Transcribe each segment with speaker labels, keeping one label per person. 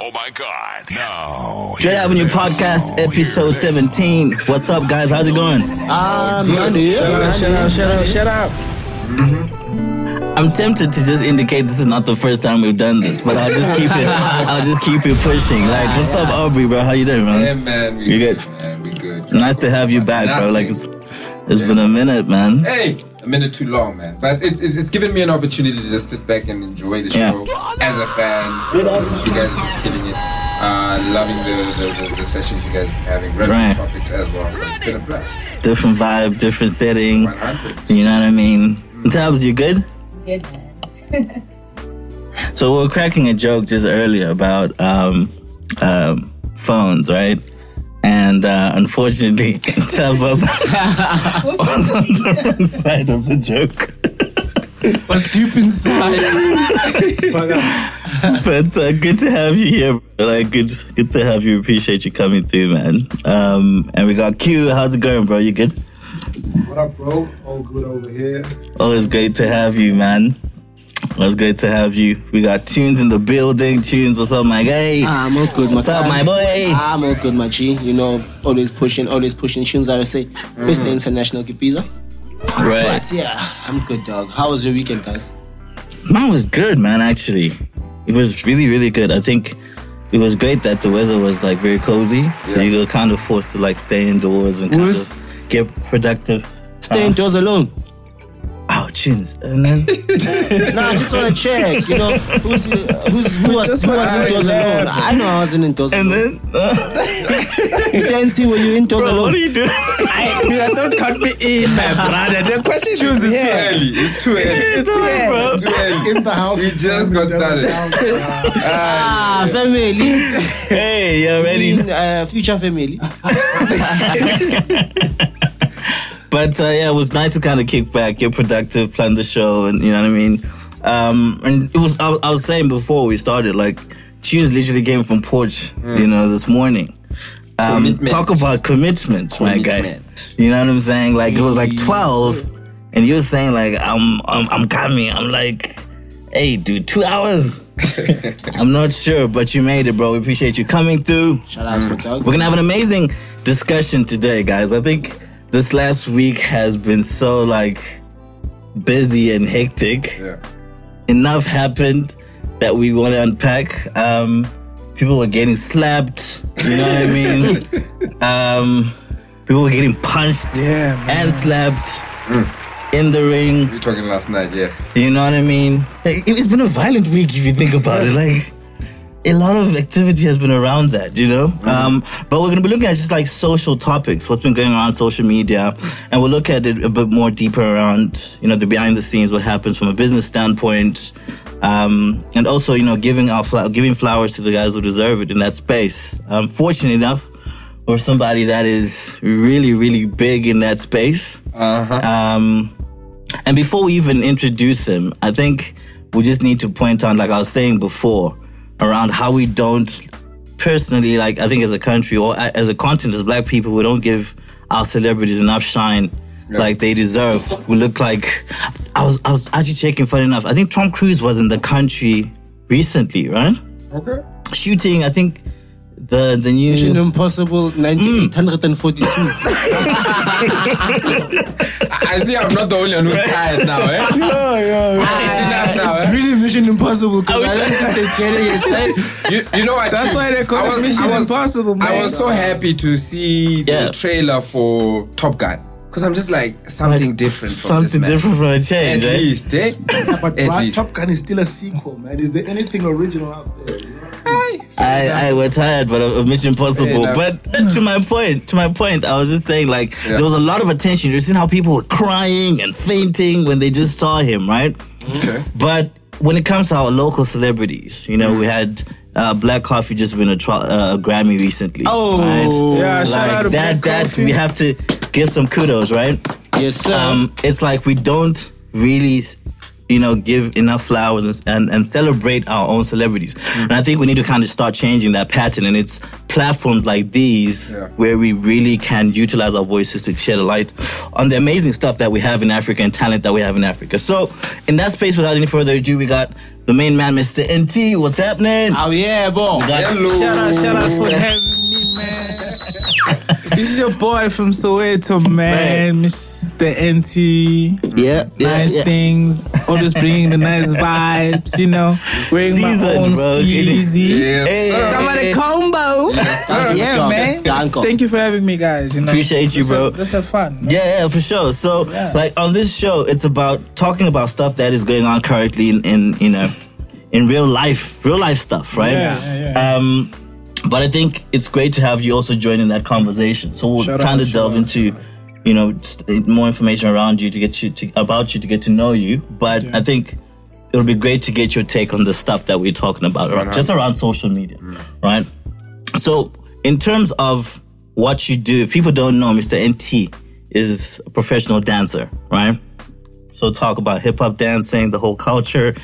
Speaker 1: Oh my God. No.
Speaker 2: Dread Avenue Podcast, episode 17. What's up, guys? How's it going?
Speaker 3: Um,
Speaker 4: Shout out, shout out, shout out, shout out.
Speaker 2: I'm tempted to just indicate this is not the first time we've done this, but I'll just keep it. I'll just keep it pushing. Like, what's up, Aubrey, bro? How you doing,
Speaker 4: Yeah,
Speaker 2: man?
Speaker 4: man. We
Speaker 2: You good?
Speaker 4: Man, we good.
Speaker 2: Nice to have you back, bro. Like, it's, it's been a minute, man.
Speaker 4: Hey, a minute too long, man. But it's, it's, it's given me an opportunity to just sit back and enjoy the
Speaker 2: Yeah.
Speaker 4: show as a fan. You guys have been killing it. Uh, loving the, the, the, the sessions you guys have been having. Relevant
Speaker 2: Right.
Speaker 4: topics as well. So it's been a blast.
Speaker 2: Different vibe, different setting.
Speaker 4: 100.
Speaker 2: You know what I mean? Tabs, you good?
Speaker 3: Good.
Speaker 2: So we were cracking a joke just earlier about um, um, phones, right? And uh, unfortunately, Tabs was was on the wrong side of the joke.
Speaker 5: What's deep inside?
Speaker 2: but uh, good to have you here. bro. Like good, good to have you. Appreciate you coming through, man. Um, and we got Q. How's it going, bro? You good?
Speaker 6: What up, bro? All good over here.
Speaker 2: Always great to have you, man. Always great to have you. We got Tunes in the building. Tunes, what's up, my guy?
Speaker 5: Ah, I'm all good, my
Speaker 2: What's up, my boy?
Speaker 5: Ah, I'm all good, my G. You know, always pushing, always pushing. Tunes, I say, it's the international Gipiza.
Speaker 2: Right.
Speaker 5: But yeah, Ah, I'm good, dog. How was your weekend, guys?
Speaker 2: Mine was good, man, actually. It was really, really good. I think it was great that the weather was like very cozy. So
Speaker 4: Yeah.
Speaker 2: you were kind of forced to like stay indoors and kind
Speaker 5: With-
Speaker 2: of get productive.
Speaker 5: Stay indoors alone.
Speaker 2: Oh, tunes. And then
Speaker 5: Nah, I just want to check. You know, who's, who's who was, who was
Speaker 4: I
Speaker 5: indoors alone?
Speaker 4: left.
Speaker 5: I know I wasn't indoors
Speaker 2: and
Speaker 5: alone.
Speaker 2: then uh,
Speaker 5: You can't see were you indoors
Speaker 2: bro, what
Speaker 5: alone?
Speaker 2: do you do?
Speaker 4: I don't count me in, my brother. The question is too early. It's too early.
Speaker 2: It's all right, bro.
Speaker 4: It's too early.
Speaker 6: In the house.
Speaker 4: We just got started.
Speaker 6: started.
Speaker 5: Ah, family.
Speaker 2: Hey, you ready?
Speaker 5: In, uh, future family.
Speaker 2: But uh, yeah, it was nice to kind of kick back, get productive, plan the show, and you know what I mean. Um, and it was I, was- I was saying before we started, like Tunes literally came from Porch, you know, this morning. Um,
Speaker 4: Mm. Commitment.
Speaker 2: talk about commitment, my guy.
Speaker 4: Commitment.
Speaker 2: You know what I'm saying? Like it was like 12, and you were saying like I'm I'm I'm coming. I'm like, hey, dude, two hours. I'm not sure, but you made it, bro. We appreciate you coming through.
Speaker 5: Shout out to my dog.
Speaker 2: We're gonna have an amazing discussion today, guys. I think this last week has been so like busy and hectic.
Speaker 4: Yeah.
Speaker 2: Enough happened that we want to unpack. Um, people were getting slapped. You know what I mean? um, people were getting punched
Speaker 6: Yeah, man. Mm.
Speaker 2: and slapped in the ring.
Speaker 4: We were talking last night, yeah.
Speaker 2: You know what I mean? Like, it- It's been a violent week if you think about it. Like a lot of activity has been around that, you know. Um, but we're gonna be looking at just like social topics, what's been going on on social media, and we'll look at it a bit more deeper around, you know, the behind the scenes, what happens from a business standpoint, um, and also you know giving our fla- giving flowers to the guys who deserve it in that space. Um, fortunate enough. Or somebody that is really, really big in that space. Um, and before we even introduce him, I think we just need to point out, like I was saying before, around how we don't personally, like I think as a country or a- as a continent, as black people, we don't give our celebrities enough shine like they deserve. We look like I was I was actually checking funny enough. I think Tom Cruise was in the country recently, right?
Speaker 4: Okay.
Speaker 2: Shooting, I think the the new
Speaker 5: Mission Impossible 1942.
Speaker 4: I see I'm not the only one who's tired now, eh?
Speaker 6: Yeah, yeah, yeah.
Speaker 4: Enough now, eh?
Speaker 5: It's really Mission Impossible because I don't think they're getting it.
Speaker 4: You, you know what?
Speaker 6: That's why they call
Speaker 4: I
Speaker 6: it Mission
Speaker 4: I
Speaker 6: Impossible, man.
Speaker 4: I was so happy to see
Speaker 2: Yeah.
Speaker 4: the trailer for Top Gun because I'm just like something different. From
Speaker 2: something
Speaker 4: this man.
Speaker 2: different from a
Speaker 4: At
Speaker 2: change, eh?
Speaker 4: least, eh?
Speaker 6: But
Speaker 4: At
Speaker 6: Brad,
Speaker 4: least.
Speaker 6: Top Gun is still a sequel, man. Is there anything original out there? You know?
Speaker 2: I, I were tired, but of Mission Impossible.
Speaker 4: Fair
Speaker 2: But to my point, to my point, I was just saying like
Speaker 4: Yeah.
Speaker 2: there was a lot of attention. You've seen how people were crying and fainting when they just saw him, right?
Speaker 4: Okay.
Speaker 2: But when it comes to our local celebrities, you know, we had uh, Black Coffee just win a, tro- uh, a Grammy recently.
Speaker 5: Oh,
Speaker 2: right?
Speaker 6: yeah,
Speaker 2: like
Speaker 6: shout out to
Speaker 2: that.
Speaker 6: Black
Speaker 2: that
Speaker 6: Coffee.
Speaker 2: we have to give some kudos, right?
Speaker 5: Yes, sir.
Speaker 2: um, it's like we don't really you know give enough flowers
Speaker 4: Mm.
Speaker 2: and, and, and celebrate our own celebrities and i think we need to kind of start changing that pattern and it's platforms like these
Speaker 4: Yeah.
Speaker 2: where we really can utilize our voices to shed a light on the amazing stuff that we have in Africa and talent that we have in Africa. So, in that space, without any further ado, we got the main man, Mr. NT. What's happening?
Speaker 5: Oh yeah, boy.
Speaker 2: We got-
Speaker 4: Hello.
Speaker 3: Shout out, shout out for having me, man. This is your boy from Soweto, man. Mr. NT.
Speaker 2: Yeah, yeah,
Speaker 3: nice
Speaker 2: yeah.
Speaker 3: things. Always bringing the nice vibes, you know. Wearing my
Speaker 2: Seasoned,
Speaker 3: own
Speaker 2: bro.
Speaker 3: Steezy.
Speaker 4: Yes,
Speaker 2: Hey.
Speaker 4: sir.
Speaker 3: Come on, the combo.
Speaker 5: sir.
Speaker 3: Yeah,
Speaker 5: Danko,
Speaker 3: man.
Speaker 5: Danko.
Speaker 3: Thank you for having me, guys. You know,
Speaker 2: Appreciate you,
Speaker 3: Let's have-
Speaker 2: bro.
Speaker 3: Let's have fun. man.
Speaker 2: Yeah, yeah, for sure. So,
Speaker 3: Yeah.
Speaker 2: like on this show, it's about talking about stuff that is going on currently in, in you know, in real life, real life stuff, right?
Speaker 3: Yeah, yeah, yeah.
Speaker 2: Um, but I think it's great to have you also join in that conversation. So we'll
Speaker 3: Shout out,
Speaker 2: kind of
Speaker 3: shout
Speaker 2: delve
Speaker 3: out.
Speaker 2: into, you know, st- more information around you to get you to about you to get to know you. But I think it'll be great to get your take on the stuff that we're talking about, right? just around social media, right? So, in terms of what you do, if people don't know, Mr. NT is a professional dancer, right? So, talk about hip hop dancing, the whole culture.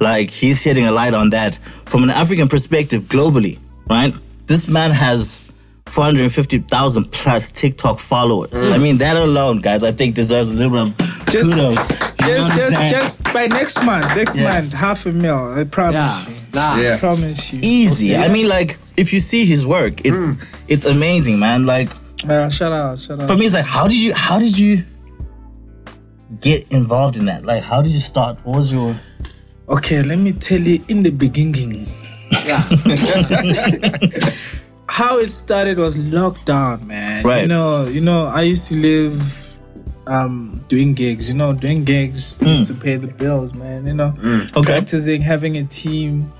Speaker 2: Like, he's shedding a light on that from an African perspective globally, right? This man has 450,000 plus TikTok followers. I mean, that alone, guys, I think deserves a little bit of
Speaker 3: Mm. Just-
Speaker 2: kudos. You know
Speaker 3: Just,
Speaker 2: what I'm
Speaker 3: just,
Speaker 2: saying?
Speaker 3: just by next month, next
Speaker 2: Yeah.
Speaker 3: month, half a mil. I promise
Speaker 5: Yeah.
Speaker 3: you.
Speaker 5: Nah.
Speaker 4: Yeah.
Speaker 3: I promise you.
Speaker 2: easy.
Speaker 3: Okay. Hmm.
Speaker 2: I mean, like, if you see his work, it's it's amazing, man. Like,
Speaker 3: Uh, shout out, shout out.
Speaker 2: for me it's like how did you how did you get involved in that like how did you start what was your
Speaker 3: Okay, let me tell you in the beginning. How it started was lockdown, man.
Speaker 2: Right.
Speaker 3: You know, you know, I used to live um doing gigs, you know, doing gigs
Speaker 2: Mm.
Speaker 3: used to pay the bills, man, you know.
Speaker 2: Okay.
Speaker 3: Practicing, having a team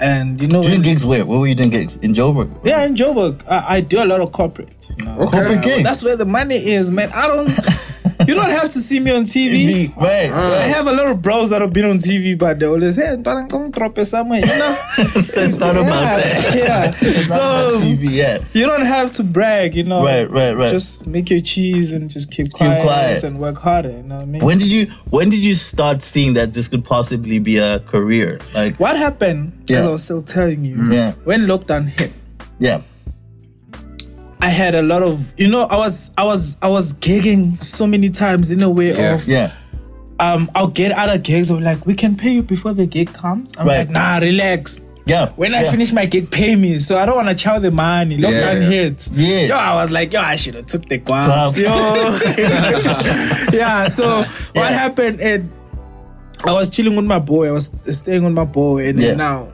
Speaker 3: and you know
Speaker 2: doing
Speaker 3: when-
Speaker 2: gigs where where were you doing gigs in joburg
Speaker 3: Yeah, in Joburg, I, I do a lot of corporate. you know.
Speaker 2: corporate gigs
Speaker 3: That's where the money is, man. I don't you don't have to see me on TV.
Speaker 2: right
Speaker 3: I have a lot of bros that have been on TV, but they always say, "But I'm going to drop it somewhere," you know.
Speaker 2: it's not
Speaker 3: yeah,
Speaker 2: about that
Speaker 3: yeah.
Speaker 2: It's not about
Speaker 3: so
Speaker 2: TV, yeah
Speaker 3: you don't have to brag, you know.
Speaker 2: Right, right, right.
Speaker 3: Just make your cheese and just keep quiet,
Speaker 2: quiet.
Speaker 3: and work harder. You know what I mean?
Speaker 2: when did you when did you start seeing that this could possibly be a career like
Speaker 3: what happened?
Speaker 2: Yeah. Mm.
Speaker 3: As I was still telling you,
Speaker 2: Yeah.
Speaker 3: when lockdown hit,
Speaker 2: yeah
Speaker 3: I had a lot of you know I was I was I was gigging so many times in a way
Speaker 4: Yeah.
Speaker 3: of
Speaker 2: yeah
Speaker 3: um I'll get other gigs of like we can pay you before the gig comes. I'm
Speaker 2: Right.
Speaker 3: like nah relax.
Speaker 2: yeah
Speaker 3: When I
Speaker 2: yeah.
Speaker 3: finish my gig, pay me. So I don't want to chow the money. Lockdown
Speaker 4: Yeah.
Speaker 3: hits.
Speaker 2: Yeah.
Speaker 3: Yo, I was like, yo, I should have took the
Speaker 2: Guap.
Speaker 3: guap. Yo. yeah. So
Speaker 2: Yeah.
Speaker 3: what happened? And I was chilling with my boy. I was staying with my boy, and
Speaker 2: Yeah.
Speaker 3: then now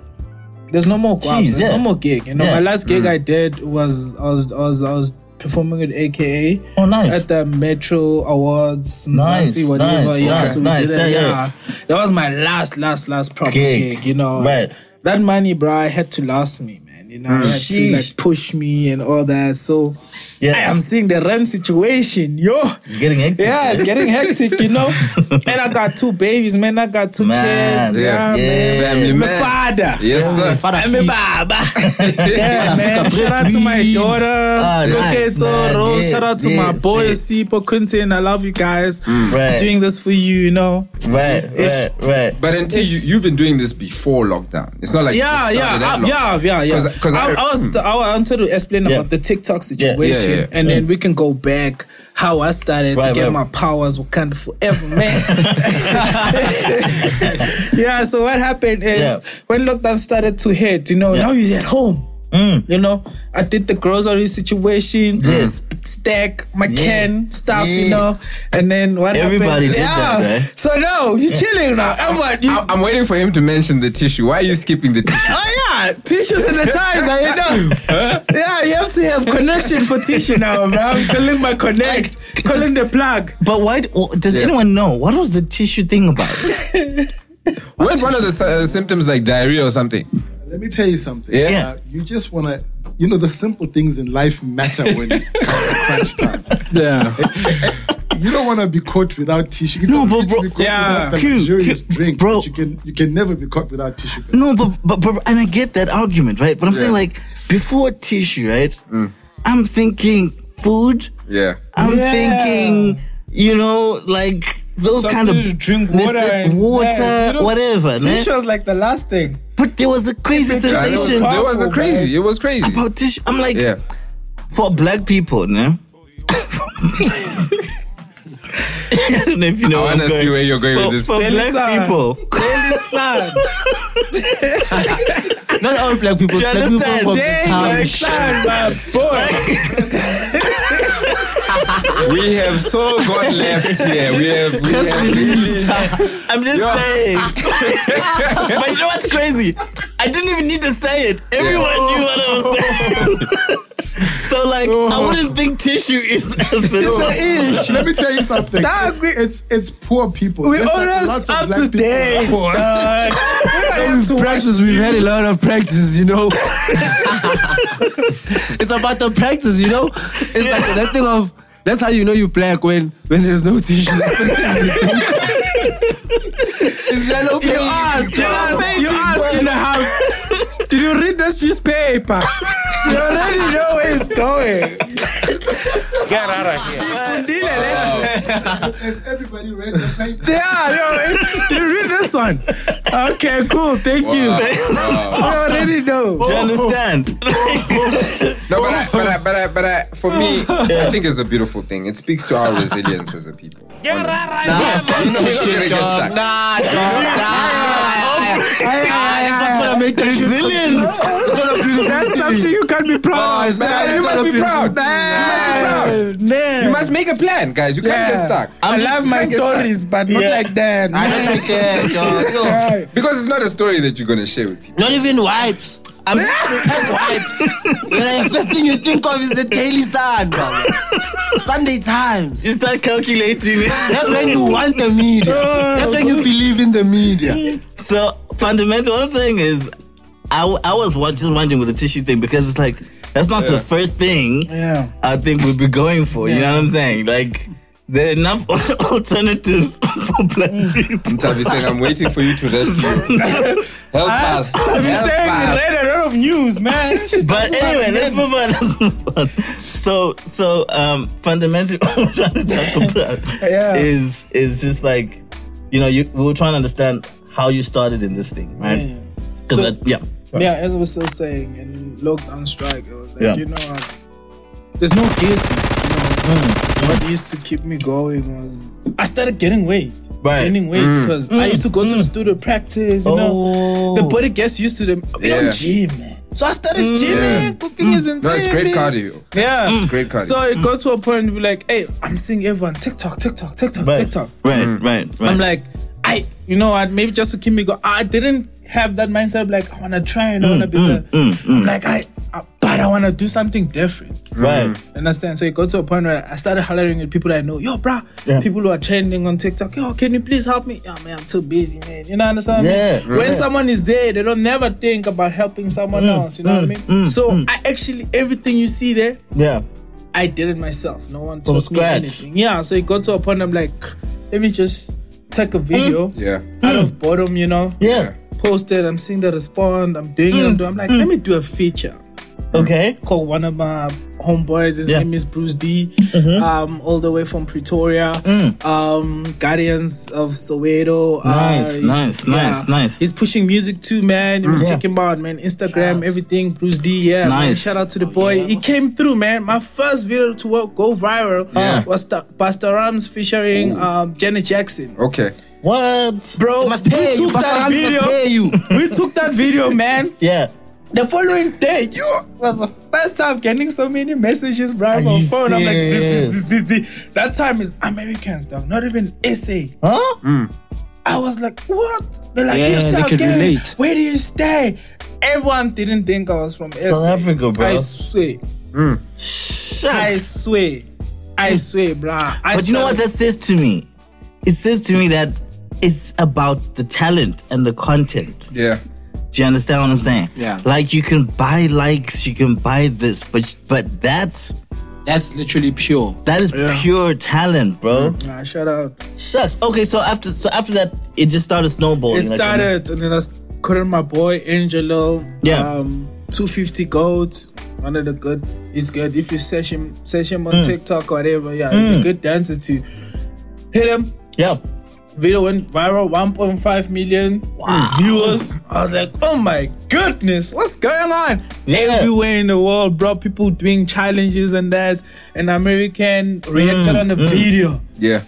Speaker 3: there's no more guaps.
Speaker 2: Jeez,
Speaker 3: there's
Speaker 2: yeah.
Speaker 3: no more gig. You know,
Speaker 2: Yeah. Mm.
Speaker 3: my last gig I did was I was I was I was performing with AKA.
Speaker 2: Oh, nice.
Speaker 3: At the Metro Awards,
Speaker 2: Nice,
Speaker 3: Mzansi, whatever.
Speaker 2: nice,
Speaker 3: yeah,
Speaker 2: nice,
Speaker 3: so we
Speaker 2: nice.
Speaker 3: did it,
Speaker 2: Yeah, yeah.
Speaker 3: yeah. That was my last, last, last proper
Speaker 2: Gig.
Speaker 3: gig. You know,
Speaker 2: Right.
Speaker 3: that money, bro, I had to last me, man. You know, I had to
Speaker 2: Sheesh.
Speaker 3: like push me and all that. So
Speaker 2: Yeah.
Speaker 3: I am seeing the rent situation, yo.
Speaker 2: it's getting hectic
Speaker 3: Yeah, it's getting hectic, you know. and I got two babies, man. I got two
Speaker 2: Man,
Speaker 3: kids.
Speaker 4: yeah,
Speaker 3: Yeah,
Speaker 2: yeah.
Speaker 3: man.
Speaker 4: Family
Speaker 3: I'm a
Speaker 4: man.
Speaker 3: father.
Speaker 4: Yes, sir.
Speaker 3: I'm a baba. yeah, man.
Speaker 5: Africa,
Speaker 3: Shout out to my daughter.
Speaker 2: Ah, nice,
Speaker 3: Coqueto,
Speaker 2: man.
Speaker 3: Rose.
Speaker 2: Yes,
Speaker 3: Shout out to my
Speaker 2: yes,
Speaker 3: boy,
Speaker 2: yes.
Speaker 3: Sipo Quintin. I love you guys.
Speaker 2: Mm. Right.
Speaker 3: Doing this for you, you know.
Speaker 2: right right right
Speaker 4: But until you, you've been doing this before lockdown. It's not like
Speaker 3: yeah,
Speaker 4: you just
Speaker 3: yeah,
Speaker 4: started at
Speaker 3: uh, yeah, yeah, yeah.
Speaker 4: 'Cause- 'cause
Speaker 3: I,
Speaker 4: I-
Speaker 3: I was, I wanted to explain about the TikTok
Speaker 2: yeah,
Speaker 3: situation,
Speaker 4: yeah.
Speaker 3: and then we can go back how I started
Speaker 2: Right,
Speaker 3: to get
Speaker 2: right.
Speaker 3: my powers Wakanda forever, man. yeah. So what happened is
Speaker 2: Yeah.
Speaker 3: when lockdown started to hit, you know, now you're at home. You know, I did the grocery situation,
Speaker 2: Yes.
Speaker 3: stack my
Speaker 2: Yeah.
Speaker 3: can stuff, you
Speaker 2: Yeah.
Speaker 3: know, and then what
Speaker 2: Everybody did
Speaker 3: happened?
Speaker 2: that, eh?
Speaker 3: So no, you're chilling now. Everyone, you,
Speaker 4: I'm, I'm waiting for him to mention the tissue. Why are you skipping the tissue?
Speaker 3: Oh yeah, tissue sanitizer. You know, yeah, you have to have connection for tissue now, bro. I'm calling my connect, calling the plug.
Speaker 2: but why does
Speaker 4: Yeah.
Speaker 2: anyone know what was the tissue thing about
Speaker 4: Where's one of the uh, symptoms like diarrhea or something?
Speaker 6: Let me tell you something. Uh,
Speaker 4: Yeah.
Speaker 2: Yeah.
Speaker 6: you just want to, you know, the simple things in life matter when it comes to crunch time.
Speaker 4: Yeah.
Speaker 6: You don't want to be caught without tissue. It's
Speaker 2: No,
Speaker 6: okay
Speaker 2: but
Speaker 6: to
Speaker 2: bro-
Speaker 6: be caught
Speaker 3: yeah,
Speaker 6: without the
Speaker 2: Q,
Speaker 6: luxurious
Speaker 2: Q,
Speaker 6: drink,
Speaker 2: bro.
Speaker 6: but you can you can never be caught without tissue.
Speaker 2: No, but, but but and I get that argument, right? But I'm saying
Speaker 4: Yeah.
Speaker 2: like before tissue, right?
Speaker 3: Mm.
Speaker 2: I'm thinking food.
Speaker 4: Yeah.
Speaker 6: Uh,
Speaker 2: I'm
Speaker 3: Yeah.
Speaker 2: thinking, you know, like those
Speaker 3: Something
Speaker 2: kind of
Speaker 3: to drink water
Speaker 2: necess-
Speaker 3: and-
Speaker 2: water,
Speaker 3: yeah, you know,
Speaker 2: whatever.
Speaker 3: Tissue
Speaker 2: Né?
Speaker 3: was like the last thing.
Speaker 2: But there was a crazy
Speaker 3: became-
Speaker 4: It was,
Speaker 2: sensation
Speaker 4: it was
Speaker 3: Powerful,
Speaker 4: a crazy. It was crazy.
Speaker 2: about this. I'm like,
Speaker 4: Yeah.
Speaker 2: for black people, no? I don't know if you know. where
Speaker 4: I
Speaker 2: I'm
Speaker 4: want to see
Speaker 2: going.
Speaker 4: where you're going
Speaker 2: for,
Speaker 4: with this.
Speaker 2: for
Speaker 3: Tell us,
Speaker 2: black
Speaker 3: uh,
Speaker 2: people.
Speaker 3: Son,
Speaker 5: Not all black people. Black people
Speaker 2: understand?
Speaker 5: from the
Speaker 3: dang,
Speaker 5: town.
Speaker 3: my son, my boy.
Speaker 4: We have so gone left here. We have. We have
Speaker 2: I'm just
Speaker 4: Yeah.
Speaker 2: saying. but you know what's crazy? I didn't even need to say it. Everyone knew what I was saying. so like, I wouldn't think tissue is the
Speaker 6: Let me tell you something.
Speaker 3: Dog, we-
Speaker 6: It's it's poor people.
Speaker 3: We
Speaker 6: Just that
Speaker 3: always
Speaker 6: lots of
Speaker 3: up
Speaker 6: black
Speaker 3: to
Speaker 6: people are
Speaker 3: date,
Speaker 6: poor.
Speaker 3: dog.
Speaker 7: We've practiced. We've had a lot of practice, you know. it's about the practice, you know. It's like that thing of that's how you know you black when when there's no tissue. it's yellow
Speaker 3: You
Speaker 7: pages.
Speaker 3: asked, you asked, you asked in the house. Did you read this newspaper? You already know where it's going. Get out of here.
Speaker 6: Has everybody read the paper?
Speaker 3: eh? Yeah, yo, it- did you read this one? Okay, cool. Thank you.
Speaker 4: wow.
Speaker 3: You already know.
Speaker 2: You understand?
Speaker 4: No, but I, but I, but I, but I, for me, I think it's a beautiful thing. It speaks to our resilience as a people. honestly. You know, we're not gonna get stuck.
Speaker 7: Nah, That's gonna make the
Speaker 2: Resilience.
Speaker 7: It's gonna be the
Speaker 3: That's something you can be
Speaker 7: Oh,
Speaker 3: proud
Speaker 7: it's
Speaker 3: of.
Speaker 7: not-
Speaker 3: man.
Speaker 7: it's
Speaker 3: You
Speaker 7: not
Speaker 3: must
Speaker 7: a
Speaker 3: be
Speaker 7: beautiful
Speaker 3: proud.
Speaker 7: thing.
Speaker 4: You
Speaker 3: Man, man.
Speaker 4: You must make a plan, guys. You can't get stuck.
Speaker 3: I
Speaker 2: just
Speaker 3: love my
Speaker 4: saying it's
Speaker 3: stories, but not like that.
Speaker 7: I don't like that, dog. Yo.
Speaker 4: Because it's not a story that you're gonna share with people.
Speaker 7: Not even wipes. I'm have wipes. the first thing you think of is the Daily Sun, bro. Sunday Times.
Speaker 2: You start calculating.
Speaker 7: That's when you want the media. That's when you believe in the media.
Speaker 2: So fundamental thing is, I, w- I was wa- just wondering with the tissue thing because it's like that's not the first thing
Speaker 3: Yeah.
Speaker 2: I think we'd be going for. You know what I'm saying? Like there are enough alternatives for black people.
Speaker 4: I'm Tavi saying, I'm waiting for you to rescue. Help us.
Speaker 3: I've been
Speaker 4: Help
Speaker 3: saying
Speaker 4: us.
Speaker 3: read a lot of news, man.
Speaker 2: But anyway, let's move on. Let's move on. So so um fundamentally what I'm trying to talk about
Speaker 3: Yeah.
Speaker 2: is is just like you know you we were trying to understand how you started in this thing, right? 'Cause
Speaker 3: Mm. So-
Speaker 2: that- yeah.
Speaker 3: Yeah, as I was still saying, in lockdown strike, it was like,
Speaker 2: Yeah.
Speaker 3: you know, um, there's no guilty. You know,
Speaker 4: Mm,
Speaker 3: What used to keep me going was I started getting weight.
Speaker 2: Right.
Speaker 3: Gaining weight
Speaker 4: Mm.
Speaker 3: because I used to go to the studio practice, you know. The body gets used to the you
Speaker 4: Oh. Yeah. Mm.
Speaker 3: know, gym, man. So I started gymming, cooking is insane.
Speaker 4: No, it's great cardio.
Speaker 3: Yeah.
Speaker 4: It's great cardio.
Speaker 3: So it got to a point where like, hey, I'm seeing everyone TikTok, TikTok, TikTok,
Speaker 2: Right.
Speaker 3: TikTok.
Speaker 2: Right, right, right.
Speaker 3: Mm. I'm like, I, you know what? Maybe just to keep me going. I didn't have that mindset. Of like, I wanna try and I
Speaker 2: Mm,
Speaker 3: wanna be the. I'm like, I, I, but I wanna do something different.
Speaker 2: right.
Speaker 3: Understand? So it got to a point where I started hollering at people I know. Yo, bruh,
Speaker 2: Yeah.
Speaker 3: people who are trending on TikTok. Yo, can you please help me? Yeah, man, I'm too busy, man. You know, understand? me?
Speaker 2: Yeah,
Speaker 3: When
Speaker 2: right.
Speaker 3: someone is there, they don't never think about helping someone
Speaker 2: Mm,
Speaker 3: else. You know what I mean? so I actually everything you see there,
Speaker 2: Yeah.
Speaker 3: I did it myself. No one
Speaker 2: From
Speaker 3: taught me
Speaker 2: scratch.
Speaker 3: anything. Yeah, so it got to a point I'm like, let me just take a video
Speaker 4: Yeah.
Speaker 3: out of boredom, you know,
Speaker 2: Mm. Yeah. Mm.
Speaker 3: post it. I'm seeing the respond. I'm doing it. I'm, doing, I'm like, let me do a feature.
Speaker 2: Okay.
Speaker 3: Call one of my homeboys. His
Speaker 2: Yeah.
Speaker 3: name is Bruce D. Um, all the way from Pretoria. Um, Guardians of Soweto. uh,
Speaker 2: Nice,
Speaker 3: he's-
Speaker 2: nice, nice, nice.
Speaker 3: He's pushing music too, man. You must
Speaker 2: Yeah.
Speaker 3: check him out, man. Instagram, everything. Bruce D. Yeah, man.
Speaker 2: Nice.
Speaker 3: Shout out to the boy. He came through, man. My first video to wo- go viral
Speaker 4: Yeah.
Speaker 3: was the Pastor Rams featuring um, Janet Jackson.
Speaker 4: Okay.
Speaker 2: What?
Speaker 3: Bro,
Speaker 7: Must pay
Speaker 3: we
Speaker 7: you.
Speaker 3: took that
Speaker 7: Pastor Hans
Speaker 3: video.
Speaker 7: must pay you.
Speaker 3: we took that video, man.
Speaker 2: Yeah.
Speaker 3: The following day, you was the first time getting so many messages, bro, on
Speaker 2: you
Speaker 3: phone. I'm like,
Speaker 2: serious?
Speaker 3: "Z, z, z, z." that time is Americans, dog. Not even SA.
Speaker 2: Huh?
Speaker 3: I was like, what? They're like,
Speaker 7: Yeah,
Speaker 3: you
Speaker 7: they
Speaker 3: South
Speaker 7: can
Speaker 3: African.
Speaker 7: relate.
Speaker 3: Where do you stay? Everyone didn't think I was from SA.
Speaker 2: Africa, bro.
Speaker 3: I swear,
Speaker 2: Hmm.
Speaker 3: I
Speaker 2: Shucks.
Speaker 3: swear, I
Speaker 2: Hmm.
Speaker 3: swear, bro. I
Speaker 2: But you know what that says to me? It says to me that it's about the talent and the content.
Speaker 4: Yeah.
Speaker 2: Do you understand what I'm saying?
Speaker 7: Yeah.
Speaker 2: Like you can buy likes, you can buy this, but but that
Speaker 5: That's literally pure.
Speaker 2: that is pure talent, bro.
Speaker 3: Nah, shout out.
Speaker 2: Shucks. Okay, so after so after that, it just started snowballing.
Speaker 3: It
Speaker 2: like,
Speaker 3: started, and then I called my boy Angelo.
Speaker 2: Yeah.
Speaker 3: Um, 250 gold. One of the good. It's good. If you search
Speaker 2: Hmm.
Speaker 3: him, search him on TikTok or whatever. Yeah, he's a good dancer too. Hit him.
Speaker 2: yeah.
Speaker 3: video went viral, 1.5 million viewers. I was like, oh my goodness, what's going on? Everywhere in the world, bro, people doing challenges and that. And American reacted
Speaker 2: Hmm.
Speaker 3: on the video.
Speaker 4: Yeah.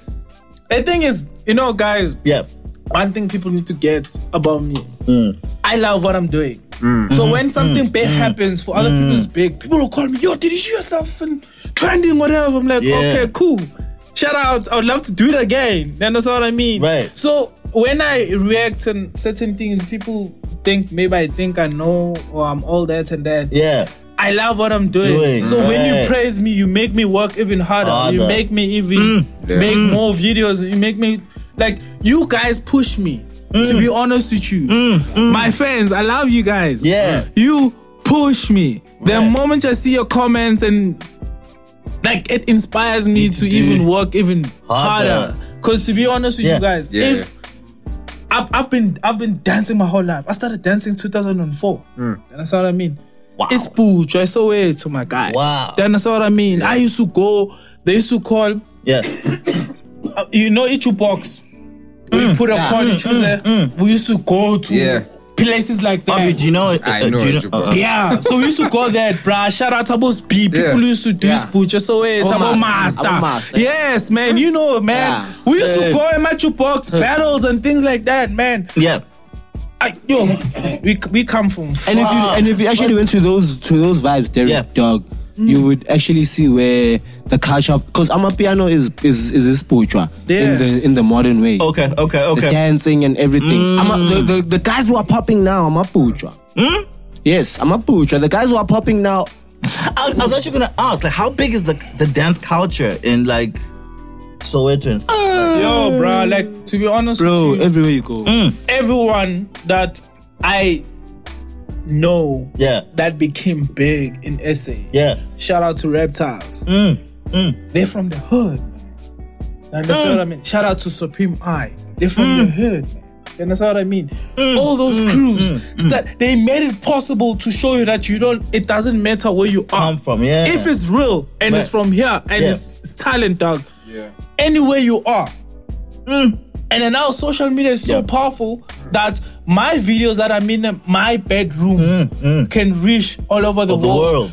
Speaker 3: The thing is, you know, guys,
Speaker 2: Yeah.
Speaker 3: one thing people need to get about me
Speaker 2: Mm.
Speaker 3: I love what I'm doing. So
Speaker 2: Mm-hmm.
Speaker 3: when something big happens for other people's big, people will call me, yo, did you shoot yourself and trending, whatever. I'm like,
Speaker 2: Yeah.
Speaker 3: okay, cool. Shout out. I would love to do it again. You understand what I mean?
Speaker 2: Right.
Speaker 3: So when I react on certain things, people think maybe I think I know or I'm all that and that.
Speaker 2: Yeah.
Speaker 3: I love what I'm doing.
Speaker 2: Doing,
Speaker 3: So when
Speaker 2: right.
Speaker 3: you praise me, you make me work even harder. You
Speaker 2: Harder. Mm.
Speaker 3: make me even make more videos. You make me like you guys push me. To
Speaker 2: Mm.
Speaker 3: be honest with you, my fans, I love you guys.
Speaker 2: Yeah.
Speaker 3: you push me. The moment I see your comments and like it inspires me to, even work even harder.
Speaker 2: Harder.
Speaker 3: Because to be honest with
Speaker 2: Yeah.
Speaker 3: you guys,
Speaker 4: Yeah,
Speaker 3: if I've, I've been I've been dancing my whole life. I started dancing 2004. That's what I mean.
Speaker 2: Wow.
Speaker 3: It's bullshit. I saw it to my guy.
Speaker 2: Wow.
Speaker 3: Then That's what I mean. I used to go. They used to call.
Speaker 2: Yeah.
Speaker 3: uh, you know, each box. We put a call. you choose a- We used to go to
Speaker 4: Yeah.
Speaker 3: places like that.
Speaker 2: Bobby, do you know?
Speaker 4: I
Speaker 2: uh,
Speaker 4: know
Speaker 2: do you
Speaker 4: it, you bro.
Speaker 3: Yeah, so we used to go there, bruh. Shout out to those P. People
Speaker 4: Yeah.
Speaker 3: used to do
Speaker 5: Yeah.
Speaker 3: this butcher, so hey, it's
Speaker 5: Oh,
Speaker 3: about
Speaker 5: master,
Speaker 3: master.
Speaker 5: about master.
Speaker 3: Yes, man, you know, man.
Speaker 5: Yeah.
Speaker 3: We used to go in Machu Box battles and things like that, man.
Speaker 2: uh, yeah.
Speaker 3: I, yo, we, we come from
Speaker 5: And if you and if you actually went to those to those vibes, Derek
Speaker 2: Yeah. Mm.
Speaker 5: dog, you would actually see where the culture because Amapiano is is is this poetry
Speaker 3: Yeah.
Speaker 5: in the in the modern way.
Speaker 2: Okay. Okay.
Speaker 5: The
Speaker 2: Oh, Okay. Mm.
Speaker 5: dancing and everything. Ama, the, the, the guys who are popping now, I'm a poetry.
Speaker 2: Hmm?
Speaker 5: Yes, I'm a poetry. The guys who are popping now,
Speaker 2: I, I was actually gonna ask, like, how big is the the dance culture in like Soweto and
Speaker 3: Uh,
Speaker 2: stuff?
Speaker 3: yo, bruh. Like to be honest,
Speaker 5: bro,
Speaker 3: with you,
Speaker 5: everywhere you go.
Speaker 2: Mm.
Speaker 3: everyone that I know
Speaker 2: Yeah.
Speaker 3: that became big in SA.
Speaker 2: Yeah.
Speaker 3: Shout out to Reptiles.
Speaker 2: Mm.
Speaker 3: They're from the hood, man. You understand what I mean? Shout out to Supreme Eye. They're from
Speaker 2: Mm.
Speaker 3: the hood, man. You understand what I mean? All those crews
Speaker 2: mm,
Speaker 3: that they made it possible to show you that you don't. It doesn't matter where you are
Speaker 2: Come from, yeah.
Speaker 3: If it's real and it's
Speaker 2: Right.
Speaker 3: from here and
Speaker 2: Yeah.
Speaker 3: it's, it's talent, dog.
Speaker 4: Yeah.
Speaker 3: Anywhere you are. And then now social media is so
Speaker 2: Mm. Yeah.
Speaker 3: powerful that my videos that I'm in my bedroom can reach all over the,
Speaker 2: Mm, Of the world,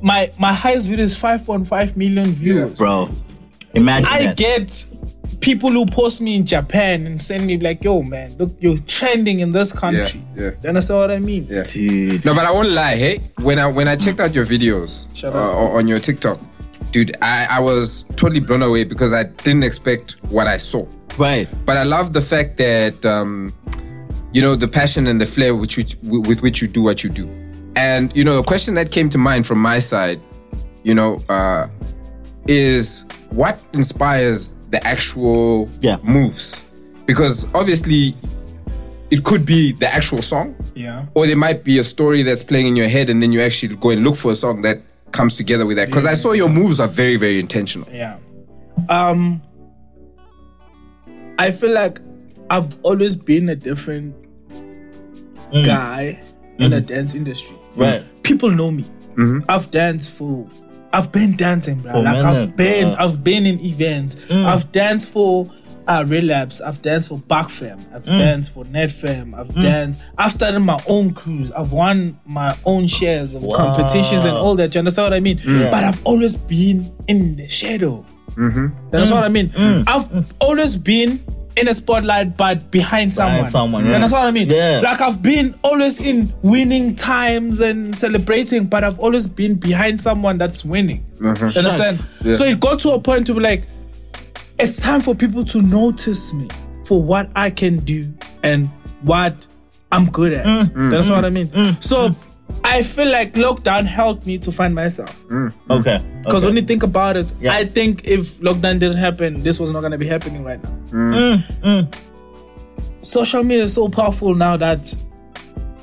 Speaker 3: My my highest video is 5.5 million views.
Speaker 2: bro. Imagine
Speaker 3: I
Speaker 2: that.
Speaker 3: get people who post me in Japan and send me like, yo man, look, you're trending in this country.
Speaker 4: yeah.
Speaker 3: You understand what I mean?
Speaker 4: Yeah.
Speaker 2: Dude.
Speaker 4: No, but I won't lie. Hey, when I when I checked out your videos uh, on your TikTok, dude, I, I was totally blown away because I didn't expect what I saw.
Speaker 2: Right.
Speaker 4: But I love the fact that um, you know the passion and the flair which you, with which you do what you do. And you know the question that came to mind from my side, you know, uh, is what inspires the actual
Speaker 2: Yeah.
Speaker 4: moves? Because obviously, it could be the actual song,
Speaker 3: Yeah.
Speaker 4: or there might be a story that's playing in your head and then you actually go and look for a song that comes together with that because i saw your moves are very very intentional
Speaker 3: Yeah. Um I feel like I've always been a different guy in the dance industry.
Speaker 2: Right.
Speaker 3: People know me. I've danced for I've been dancing, bro.
Speaker 2: Mm-hmm. For Mm. many,
Speaker 3: like I've been
Speaker 2: uh,
Speaker 3: I've been in events. I've danced for uh, relapse. I've danced for Backfam. I've
Speaker 2: Mm.
Speaker 3: danced for Netfam. I've danced. I've started my own crews. I've won my own shares of competitions and all that. You understand what I mean?
Speaker 2: Mm.
Speaker 3: But I've always been in the shadow.
Speaker 2: Mm-hmm.
Speaker 3: That's what I mean.
Speaker 2: Mm.
Speaker 3: I've always been in the spotlight, but behind someone.
Speaker 2: someone,
Speaker 3: You
Speaker 2: yeah.
Speaker 3: understand what I mean?
Speaker 2: Yeah.
Speaker 3: Like I've been always in winning times and celebrating, but I've always been behind someone that's winning. You understand?
Speaker 4: Yeah.
Speaker 3: So it got to a point to be like, it's time for people to notice me for what I can do and what I'm good at. That's what I mean. So I feel like lockdown helped me to find myself.
Speaker 2: Mm. Okay.
Speaker 3: Because
Speaker 2: okay.
Speaker 3: when you think about it,
Speaker 2: Yeah.
Speaker 3: I think if lockdown didn't happen, this was not gonna be happening right now.
Speaker 2: Hmm.
Speaker 3: Hmm, Social media is so powerful now that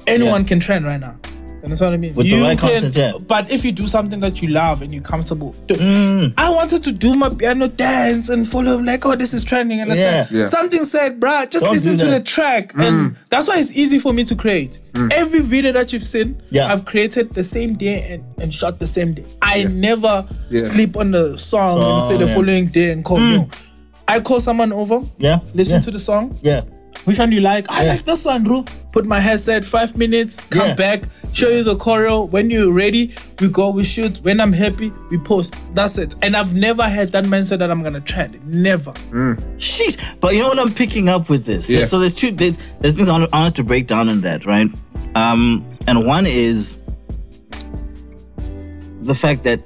Speaker 3: anyone can trend right now. You understand what I mean?
Speaker 2: With the right content, yeah.
Speaker 3: But if you do something that you love and you're comfortable, do-
Speaker 2: Hmm.
Speaker 3: I wanted to do my piano dance and follow like, oh, this is trending. And
Speaker 2: Yeah.
Speaker 4: Yeah.
Speaker 3: something said, bruh, just
Speaker 2: Don't
Speaker 3: listen
Speaker 2: do
Speaker 3: to the
Speaker 2: that. Hmm.
Speaker 3: track, and that's why it's easy for me to create. Every video that you've seen,
Speaker 2: Yeah.
Speaker 3: I've created the same day and, and shot the same day. I never
Speaker 4: Yeah.
Speaker 3: sleep on the song and
Speaker 2: Song,
Speaker 3: say the
Speaker 2: Oh, yeah.
Speaker 3: Hmm. following day and call you. I call someone over,
Speaker 2: Yeah.
Speaker 3: listen
Speaker 2: yeah.
Speaker 3: to the song.
Speaker 2: Yeah.
Speaker 3: Which one you like? I
Speaker 2: Yeah.
Speaker 3: like this one, bro. Put my headset, five minutes, come
Speaker 2: Yeah.
Speaker 3: back, show you the choreo. When you're ready, we go, we shoot. When I'm happy, we post. That's it. And I've never had that mindset that I'm gonna trend. Never.
Speaker 2: Mm. Shit. But you know what I'm picking up with this?
Speaker 4: Yeah.
Speaker 2: So there's two there's there's things I want I want us to break down on that, right? Um and one is the fact that